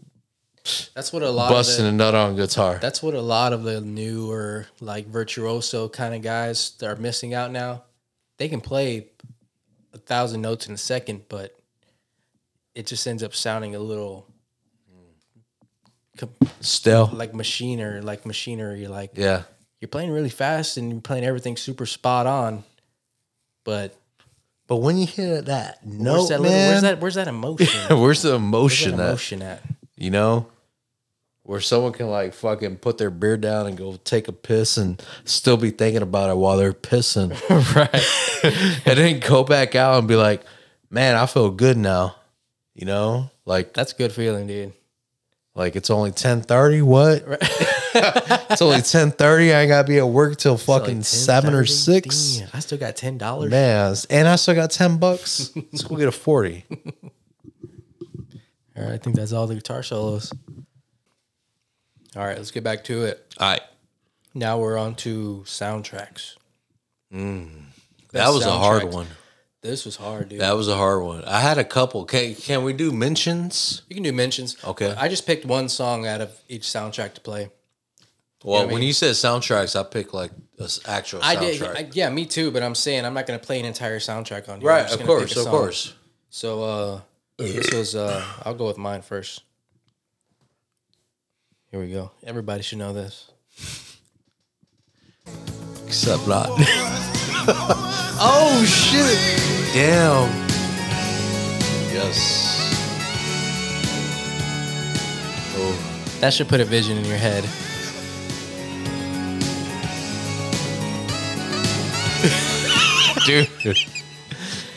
That's what a lot
busting
of
a
the,
nut on guitar.
that's what a lot of the newer like virtuoso kind of guys that are missing out now. They can play a thousand notes in a second, but it just ends up sounding a little com-
Still,
like machinery, like machinery, like
yeah,
you're playing really fast and you're playing everything super spot on. But
but when you hear that note,
where's that little,
Oh, man,
where's that where's that emotion?
where's the
where's
emotion?
that
at?
emotion at?
you know, where someone can like fucking put their beer down and go take a piss and still be thinking about it while they're pissing, right? and then go back out and be like, "Man, I feel good now," you know, like
That's a good feeling, dude.
like it's only ten thirty. What? it's only ten thirty. I ain't gotta be at work till
It's like
fucking seven or
10:30.
six.
Damn, I still got ten dollars.
Man, and I still got ten bucks. Let's go get a forty.
All right, I think that's all the guitar solos. All right, let's get back to it.
All right.
Now we're on to soundtracks.
Mm. That was a hard
soundtrack.
one.
This was hard, dude.
That was a hard one. I had a couple. Can, can we do mentions?
you can do mentions.
Okay.
I just picked one song out of each soundtrack to play.
Well,
I mean-
when you said soundtracks, I picked like an actual soundtrack.
I did, I, yeah, me too. But I'm saying I'm not going to play an entire soundtrack on here. I'm
right,
just
of
gonna pick
course,
a
of
song.
course.
So uh, this was. Uh, I'll go with mine first. Here we go. Everybody should know this.
Except not. oh shit! Damn. Yes. Oh,
That should put a vision in your head.
dude.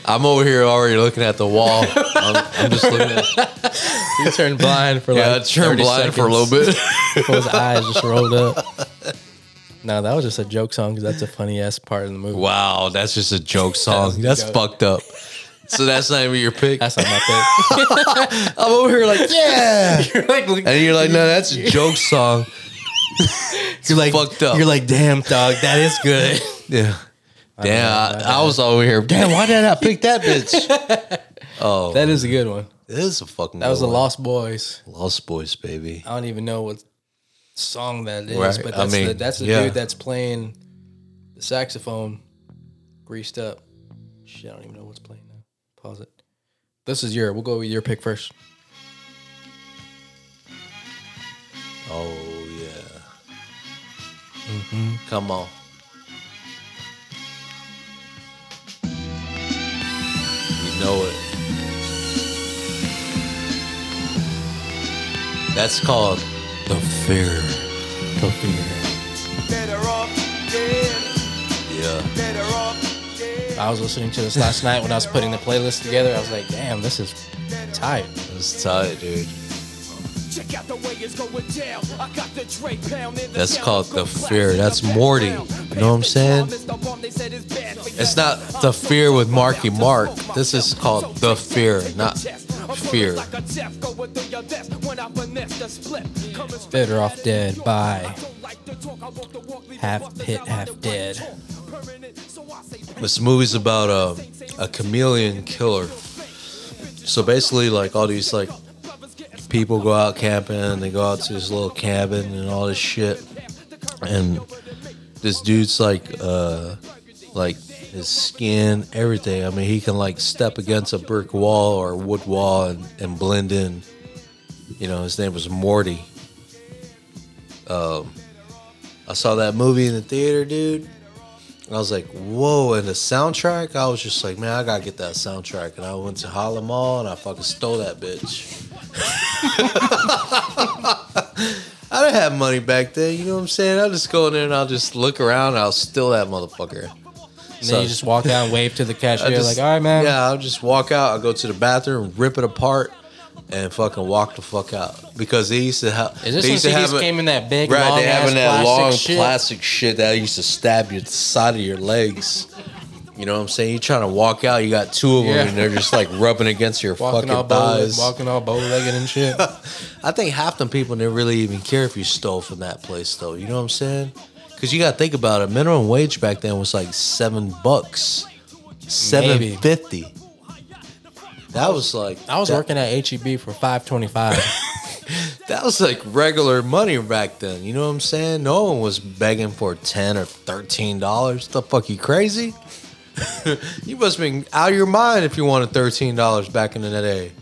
I'm over here already looking at the wall. I'm, I'm just looking at
You turned blind for like
yeah, I turned
30
blind for a
seconds.
little bit.
People's eyes just rolled up. No, that was just a joke song because that's a funny ass part of the movie.
Wow, that's just a joke
was
song.
a
That's
joke.
fucked up. So that's not even your pick.
That's not my pick.
I'm over here like, yeah.
you're like, look-
And you're like, no, that's a joke song.
you're like
fucked up.
You're like, damn, dog, that is good.
Yeah. Damn, I, I was over here. Damn, why did I pick that bitch?
that is a good one.
It is a fucking.
That was
good
the
one.
Lost Boys.
Lost Boys, baby.
I don't even know what song that is,
Right,
but
I
that's the,
mean,
that's the
yeah.
dude that's playing the saxophone, greased up. Shit, I don't even know what's playing now. Pause it. This is your. We'll go with your pick first.
Oh yeah. Come on. You know it. That's called the fear.
Better off dead,
Yeah.
better off dead.
I was listening to this last night when I was putting the playlist together. I was like, damn, this is tight.
That's tight, dude.
Check out the way it's going down. I got the Dre pound in the
That's
sound
called
of
The
good claps
Fear.
in the
That's Morty. You know
background.
what I'm saying?
Past the bomb, they said it's bad for you.
It's not The Fear with Marky Mark. This is called The Fear, not Fear.
Better Off Dead by Half Hit, Half Dead.
This movie's about um, a, a chameleon killer. So basically, like all these like people go out camping, they go out to this little cabin and all this shit, and this dude's like, uh, like his skin, everything. I mean, he can like step against a brick wall or a wood wall and, and blend in. You know, his name was Morty. Um, I saw that movie in the theater, dude. I was like, whoa. And the soundtrack, I was just like, man, I gotta get that soundtrack. And I went to Hollow Mall and I fucking stole that bitch. I didn't have money back then, you know what I'm saying? I'll just go in there and I'll just look around and I'll steal that motherfucker.
And then you just walk out and wave to the cashier,
just-
like, all right, man.
Yeah, I'll just walk out. I'll go to the bathroom, rip it apart, and fucking walk the fuck out. Because they used to have.
Is this
they
when
used to
CDs
have a-
came in that big,
Right,
long
they having that
plastic
long
shit?
plastic shit that used to stab your side of your legs. You know what I'm saying? You're trying to walk out, you got two of them,
Yeah.
and they're just like rubbing against your
walking all
fucking
bow,
thighs.
walking all bow-legged and shit.
I think half the people didn't really even care if you stole from that place, though. You know what I'm saying? Because you got to think about it. Minimum wage back then was like seven bucks, seven fifty. That was like
I was
that-
working at HEB for five twenty five.
That was like regular money back then. You know what I'm saying? No one was begging for ten or thirteen dollars. The fuck you crazy? you must have been out of your mind if you wanted thirteen dollars back in the day.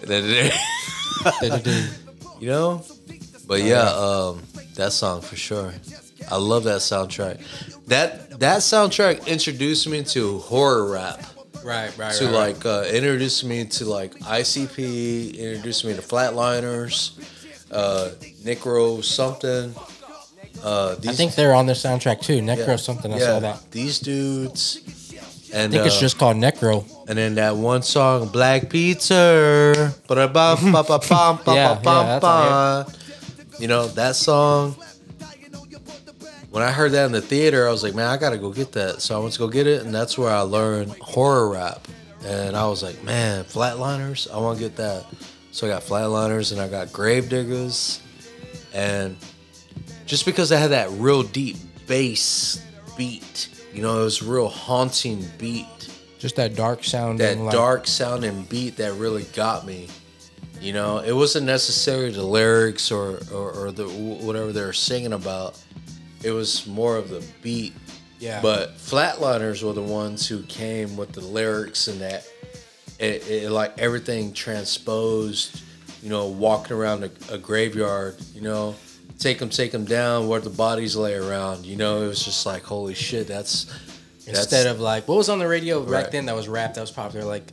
The day. you know? But yeah, um, that song for sure. I love that soundtrack. That that soundtrack introduced me to horror rap
right, right.
to like uh, introduce me to like ICP, introduce me to Flatliners, uh, Necro something. Uh, these,
I think they're on their soundtrack too. Necro
yeah,
something. I
yeah,
saw that. I
These dudes, and
think
uh,
it's just called Necro.
and then that one song, Black Pizza,
Yeah, yeah, that's on
you know that song. When I heard that in the theater, I was like, man, I gotta go get that. So I went to go get it, and that's where I learned horror rap. And I was like, man, flatliners, I want to get that. So I got flatliners, and I got gravediggers, and just because I had that real deep bass beat, you know, it was a real haunting beat
Just that dark sound.
that
and, like,
dark sound and beat that really got me. You know, it wasn't necessarily the lyrics or, or, or the wh- whatever they were singing about. It was more of the beat.
Yeah.
But flatliners were the ones who came with the lyrics and that it, it like everything transposed. You know, walking around a, a graveyard. You know, take them, take them down where the bodies lay around. You know, it was just like holy shit. That's
instead
that's-
of like what was on the radio back
Right.
then that was rap that was popular like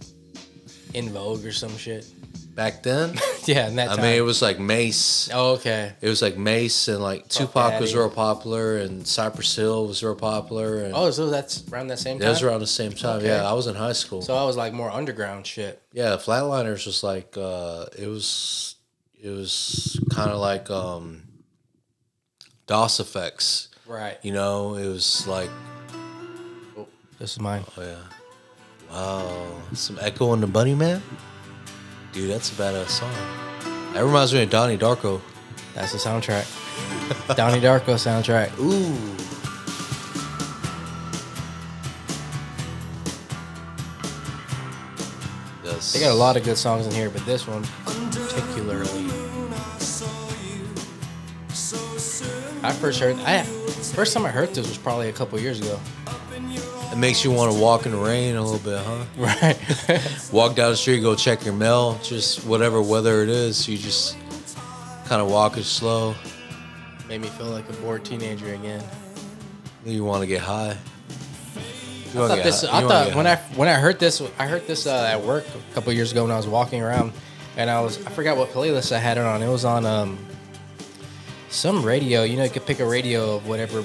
in Vogue or some shit.
back then.
Yeah, in that
I
time.
mean, it was like Mace.
oh, okay.
It was like Mace and like Tupac was
Daddy.
real popular and Cypress Hill was real popular and
Oh, so that's around that same time.
that was around the same time.
Okay.
Yeah, I was in high school.
So I was like more underground shit.
yeah, Flatliners was like uh it was it was kind of like um DOS effects.
Right.
You know, it was like
This is mine.
oh yeah. Wow. Some Echo and the Bunny Man? Dude, that's a badass song. That reminds me of Donnie Darko.
That's the soundtrack. Donnie Darko soundtrack.
Ooh. Yes.
They got a lot of good songs in here, but this one particularly. I first heard I first time I heard this was probably a couple years ago.
It makes you want to walk in the rain a little bit, huh?
Right.
Walk down the street, go check your mail, just whatever weather it is. You just kind of walk it slow.
Made me feel like a bored teenager again.
You want to get high. You
I
wanna
thought
get
this. I
high- uh, you wanna
thought
get
when
high.
I when I heard this, I heard this uh, at work a couple years ago when I was walking around, and I was I forgot what playlist I had it on. It was on um some radio. You know, you could pick a radio of whatever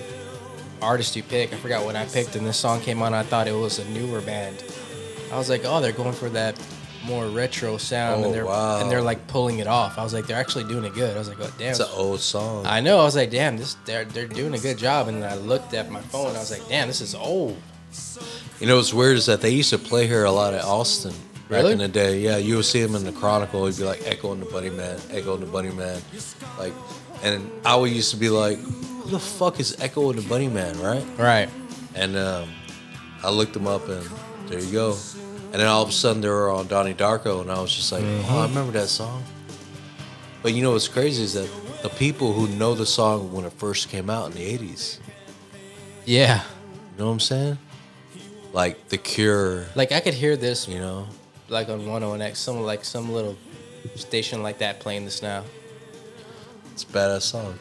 artist you pick. I forgot what I picked, and this song came on. I thought it was a newer band. I was like, oh, they're going for that more retro sound,
Oh,
and they're
wow.
and they're like pulling it off. I was like, they're actually doing it good. I was like, oh damn,
It's an old song.
I know. I was like, damn, this they're they're doing a good job. And then I looked at my phone. I was like, damn, this is old.
You know what's weird is that they used to play here a lot at Austin back
Really?
in the day. Yeah, you would see them in the Chronicle. It'd be like Echo and the Bunny Man, Echo and the Bunny Man, like, and I would used to be like, "Who the fuck is Echo and the Bunny Man?" Right?
Right.
And um, I looked them up, and there you go. And then all of a sudden they were on Donnie Darko, and I was just like, "Oh, I remember that song." But you know what's crazy is that the people who know the song when it first came out in the '80s,
Yeah.
you know what I'm saying? Like The Cure,
Like I could hear this
you know.
like on 101X, some like some little station like that playing this now.
It's a badass song.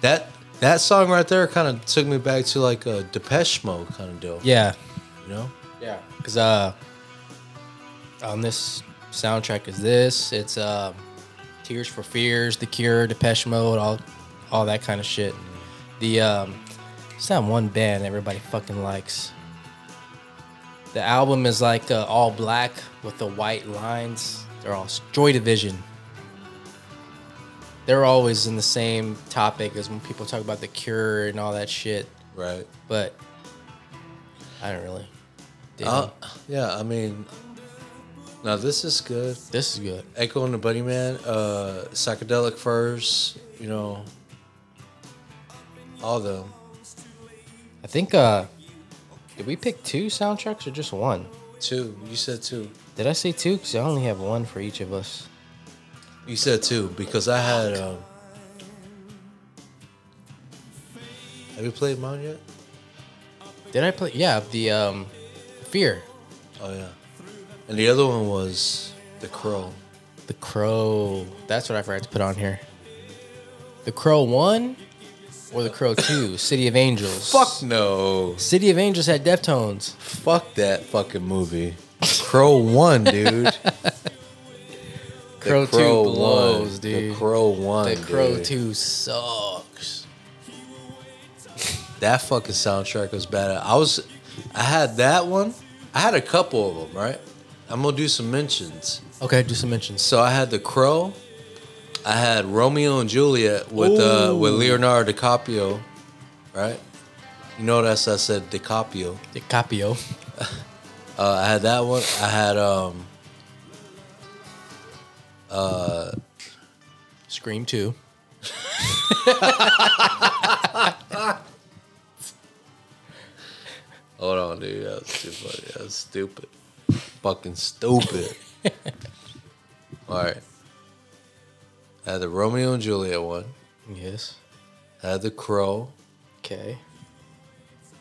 That that song right there kind of took me back to like a Depeche Mode kind of deal.
Yeah.
You know?
Yeah. Cause uh on this soundtrack is this. It's uh Tears for Fears, The Cure, Depeche Mode, all all that kind of shit. The um it's not one band everybody fucking likes. The album is like uh, all black with the white lines. They're all Joy Division. They're always in the same topic as when people talk about the cure and all that shit.
Right.
But I don't really. dig
Uh,
them.
yeah, I mean, now this is good.
This is good.
Echo and the Bunny Man, uh, Psychedelic Furs, you know. All the
I think uh did we pick two soundtracks or just one?
two. You said two.
Did I say two? Because I only have one for each of us.
You said two because I had. Um, have you played mine yet?
Did I play? Yeah, the um, Fear,
Oh yeah. And the other one was The Crow.
the Crow. That's what I forgot to put on here. The Crow one or the Crow two? City of Angels.
Fuck no.
City of Angels had Deftones.
Fuck that fucking movie. Crow one, dude.
Crow,
The
two
Crow
blows,
one.
dude.
The Crow one.
The Crow
dude.
two sucks.
That fucking soundtrack was bad. I was, I had that one. I had a couple of them, right? I'm gonna do some mentions.
Okay, do some mentions.
So I had The Crow. I had Romeo and Juliet with uh, with Leonardo DiCaprio, right? You notice I said DiCaprio.
DiCaprio.
Uh, I had that one. I had um,
Scream two.
Hold on, dude. That was too funny. That was stupid. Fucking stupid. All right. I had the Romeo and Juliet one.
Yes.
I had the Crow.
Okay.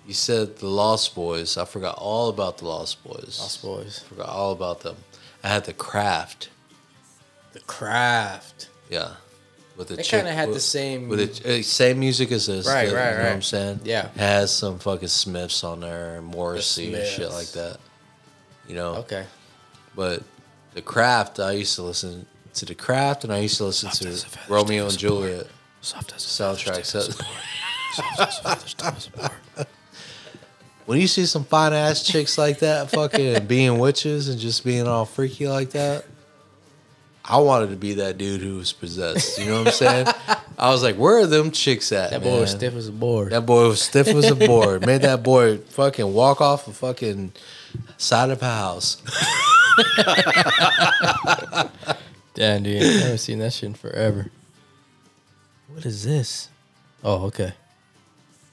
You said the Lost Boys. I forgot all about the Lost Boys.
Lost Boys.
Forgot all about them. I had the Craft.
The Craft.
Yeah. With the
They
chick-
kinda had the
with-
same-
with the uh, same music as this.
Right,
the-
right,
You know what I'm
right.
saying?
Yeah.
It has some fucking Smiths on there, and Morrissey and shit
Smiths.
like that. You know.
Okay.
But the craft, I used to listen to the craft, and I used to listen to Romeo and Juliet
Soft as
soundtracks. So-
soundtrack.
when you see some fine ass chicks like that, fucking being witches and just being all freaky like that, I wanted to be that dude who was possessed. You know what I'm saying? I was like, where are them chicks at?
That boy was
man?
stiff as a board.
That boy was stiff as a board. Made that boy fucking walk off a fucking side of a house.
Damn, dude. I haven't seen that shit in forever. What is this? Oh, okay.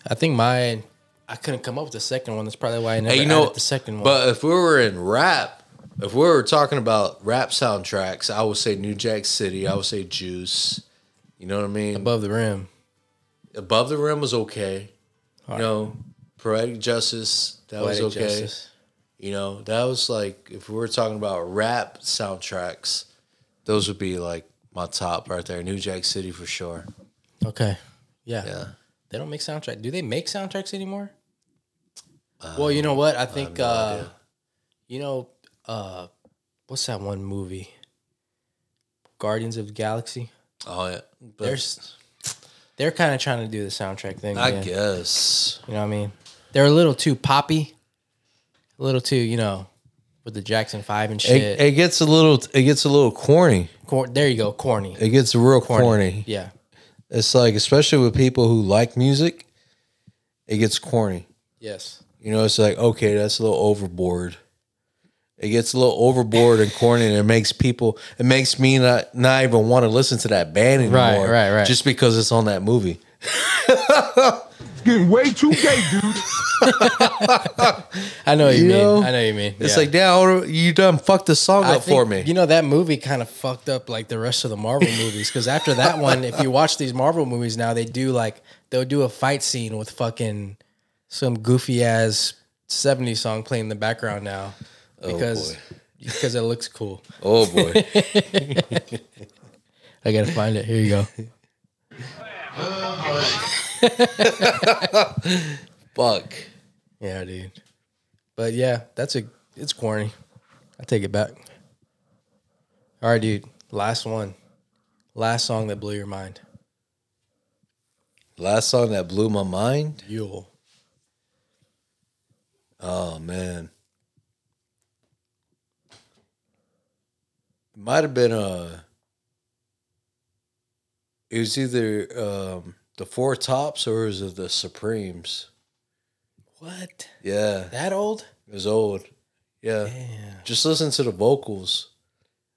I think my I couldn't come up with the second one. That's probably why I never
Hey, you know
added the second one.
But if we were in rap, if we were talking about rap soundtracks, I would say New Jack City. I would say Juice. You know what I mean? Above,
above the rim.
the Rim was okay. You know, Poetic Justice that
Poetic
was okay.
Justice.
You know, that was like if we were talking about rap soundtracks, those would be like my top right there. New Jack City for sure.
Okay. Yeah.
Yeah.
They don't make soundtrack. Do they make soundtracks anymore? well, you know what? I think uh
idea.
you know uh what's that one movie? Guardians of the Galaxy.
Oh yeah. But
There's they're kind of trying to do the soundtrack thing.
I
again.
guess.
You know what I mean? They're a little too poppy, a little too, you know, with the Jackson Five and shit.
It, it gets a little it gets a little corny.
Cor- there you go, corny.
It gets real corny.
Yeah,
It's like, especially with people who like music, it gets corny.
yes,
You know, it's like, okay, that's a little overboard. It gets a little overboard and corny, and it makes people, it makes me not not even want to listen to that band anymore.
Right, right, right.
Just because it's on that movie.
Getting way too gay, dude.
I know what you,
You
mean.
know?
I know what you mean.
It's
Yeah.
like, damn, you done fucked the song
I
up for
think,
me.
You know that movie kind of fucked up like the rest of the Marvel movies because after that one, if you watch these Marvel movies now, they do like they'll do a fight scene with fucking some goofy ass '70s song playing in the background now because
Oh, boy.
because it looks cool.
oh boy,
I gotta find it. Here you go.
fuck.
Yeah, dude. But yeah, that's a it's corny. I take it back. All right, dude. Last one. Last song that blew your mind.
Last song that blew my mind.
Yule.
Oh man, it might have been uh It was either um, the Four Tops or it was it the Supremes.
What?
Yeah,
That old?
it was old. Yeah, just listen to the vocals.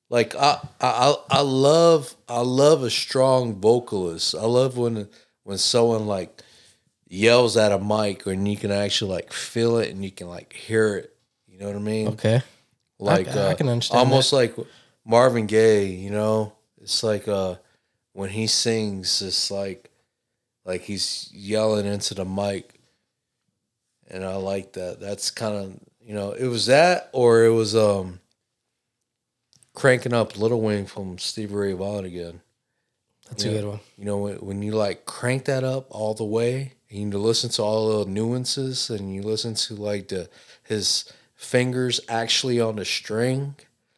Like I, I, I- I love, I love a strong vocalist. I love when when someone like yells at a mic, and you can actually like feel it and you can like hear it. You know what I mean?
Okay.
like
I- I
uh,
can understand
almost like Marvin Gaye, you know. It's like uh when he sings, it's like like he's yelling into the mic, and I like that. That's kind of you know it was that or it was um cranking up Little Wing from Stevie Ray Vaughan again.
That's
Yeah.
a good one.
You know when, when you like crank that up all the way, and you listen to all the nuances, and you listen to like the his fingers actually on the string.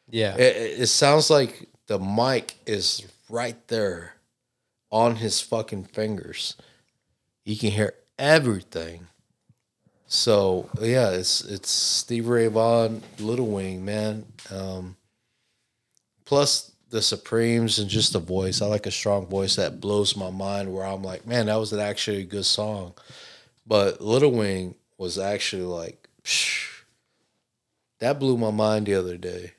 Yeah.
It, it- it sounds like the mic is right there on his fucking fingers. You can hear everything. So yeah, it's it's Steve Ray Vaughan, Little Wing, man. Um, plus the Supremes and just the voice. I like a strong voice that blows my mind. Where I'm like, man, that was an actually good song. But Little Wing was actually like, that blew my mind the other day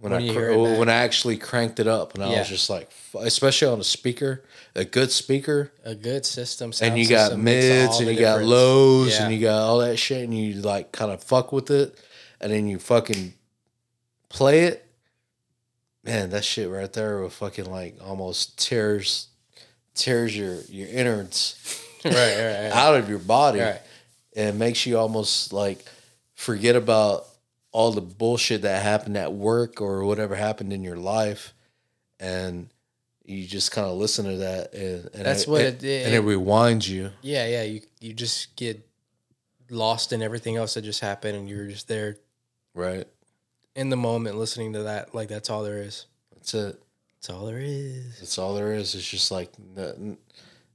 when,
When
I
you
cr- oh,
hear it back.
when I actually cranked it up, and I
Yeah.
was just like, f- especially on a speaker, a good speaker,
A good system.
and
sound
you got
system makes
mids
all
and
the
you got
difference.
lows
Yeah.
and you got all that shit, and you like kind of fuck with it, and then you fucking play it. Man, that shit right there will fucking like almost tears tears your your innards
right, right, right.
out of your body
right.
and makes you almost like forget about all the bullshit that happened at work or whatever happened in your life and you just kind of listen to that and, and
That's
it,
what
it,
it- it-
and it rewinds you
Yeah, yeah. You you just get lost in everything else that just happened, and you're just there
right
in the moment listening to that. Like that's all there is.
that's it
That's all there is.
that's all there is it's just like nothing.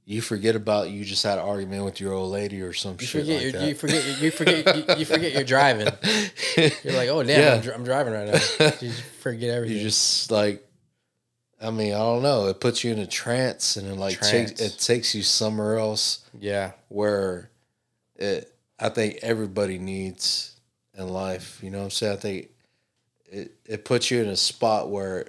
you forget about you just had an argument with your old lady or some
You
shit
forget.
like
your,
that.
you forget. You forget. You, you forget you're driving. You're like, oh damn,
Yeah.
I'm, dri- I'm driving right now. You just forget everything.
you just like i mean i don't know it puts you in a trance and it like
Trance.
takes it takes you somewhere else
yeah,
where it I think everybody needs in life. You know what I'm saying? I think it it puts you in a spot where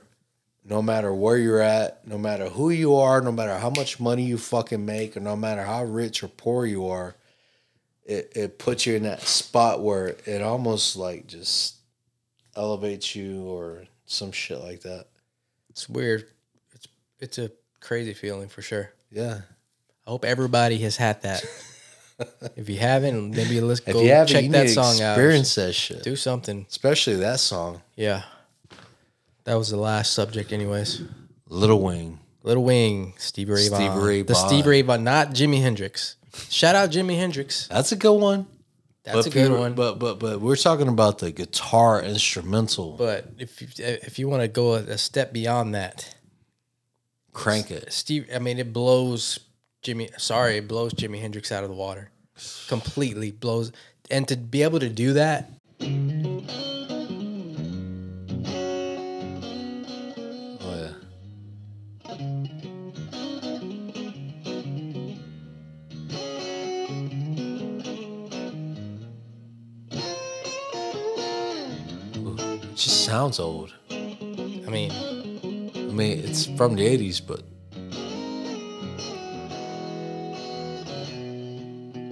no matter where you're at, no matter who you are, no matter how much money you fucking make, or no matter how rich or poor you are, it, it puts you in that spot where it almost like just elevates you or some shit like that.
it's weird. It's it's a crazy feeling for sure.
Yeah.
I hope everybody has had that. if you haven't, maybe let's
If
go
you haven't,
check
you
that
need to
song out.
experience that shit.
Do something.
Especially that song,
Yeah. That was the last subject, anyways.
Little Wing.
Little Wing, Stevie Ray Vaughan.
Stevie Ray
the
Vaughan.
Stevie Ray Vaughan, not Jimi Hendrix. Shout out Jimi Hendrix.
That's a good one.
That's
But
a good
people-
one. But,
But but but we're talking about the guitar instrumental.
if you, if you want to go a, a step beyond that,
Crank it.
Steve, I mean, it blows Jimmy. Sorry, it blows Jimi Hendrix out of the water. Completely blows. And to be able to do that,
Oh yeah. Ooh, It just sounds old.
I mean,
I mean, it's from the '80s, but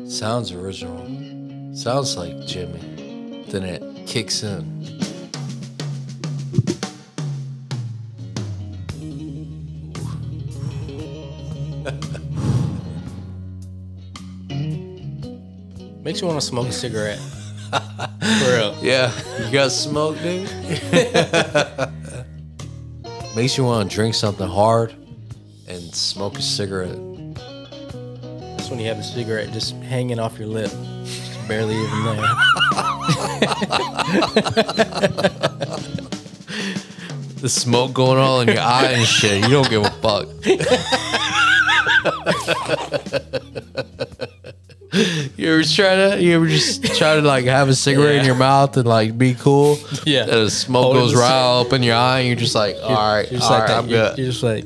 sounds original. Sounds like Jimmy. Then it kicks in.
makes you want to smoke a cigarette. For real.
Yeah, you got smoke, dude. Makes you want to drink something hard and smoke a cigarette.
That's when you have a cigarette just hanging off your lip. Just barely even there.
The smoke going all in your eye and shit. You don't give a fuck. you ever try that? You ever just try to like have a cigarette in
Yeah.
your mouth and like be cool?
Yeah.
And the smoke
Holding
goes
the
right
cig-
up in your eye and you're just like, all right,
You're just
all
like
right,
that.
I'm
You're-
good.
you're just like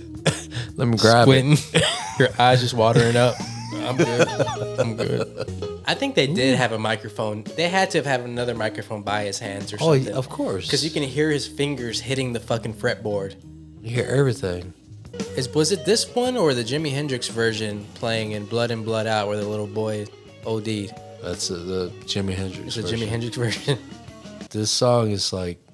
Let me grab it.
squinting. Your eyes just watering up. I'm good. I'm good. I think they did have a microphone. They had to have had another microphone by his hands or
Oh,
something.
yeah, of course.
Because you can hear his fingers hitting the fucking fretboard.
You hear everything.
Is was it this one or the Jimi Hendrix version playing in Blood and Blood Out where the little boy OD'd?
That's uh, the Jimi
It's
Hendrix.
the
version.
Jimi Hendrix version.
This song is like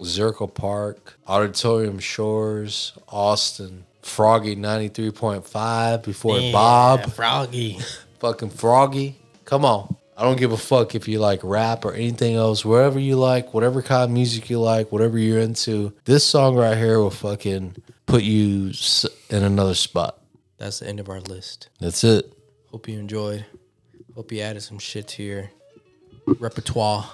Zirkle Park, Auditorium Shores, Austin, Froggy 93.5 before Bob,
Froggy.
fucking Froggy. Come on. I don't give a fuck if you like rap or anything else, whatever you like, whatever kind of music you like, whatever you're into. This song right here will fucking put you s- in another spot.
That's the end of our list.
That's it.
Hope you enjoyed. Hope you added some shit to your repertoire.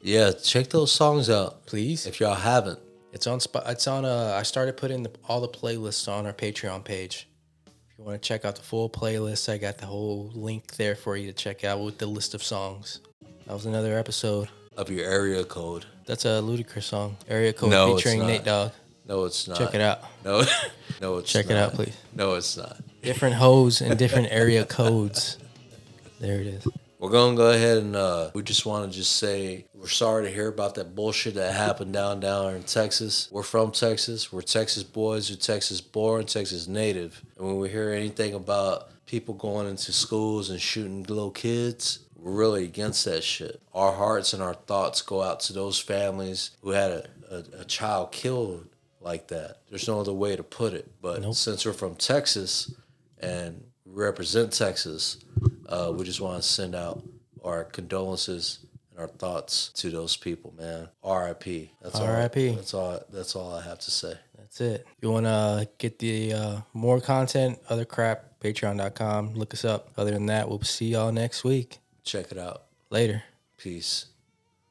Yeah, check those songs out
Please.
if y'all haven't.
It's on Spo- it's on uh I started putting the, all the playlists on our Patreon page. If you want to check out the full playlist, I got the whole link there for you to check out with the list of songs. That was another episode.
Of your area code.
That's a ludicrous song. Area code
No, it's
featuring
not.
Nate Dogg.
No, it's not.
Check it out.
No, no, it's
Check it
not.
out, please.
No, it's not.
Different hoes and different area codes. There it is.
We're gonna go ahead and uh, we just want to just say we're sorry to hear about that bullshit that happened down down in Texas. We're from Texas. We're Texas boys. We're Texas born, Texas native. And when we hear anything about people going into schools and shooting little kids, we're really against that shit. Our hearts and our thoughts go out to those families who had a, a, a child killed like that. There's no other way to put it. But since we're from Texas, and we represent Texas. Uh, we just want to send out our condolences and our thoughts to those people, man. R.I.P. That's all.
R.I.P..
That's all. That's all I have to say.
That's it. If you want to get the uh, more content, other crap, patreon.com. Look us up. Other than that, we'll see y'all next week.
Check it out.
Later.
Peace.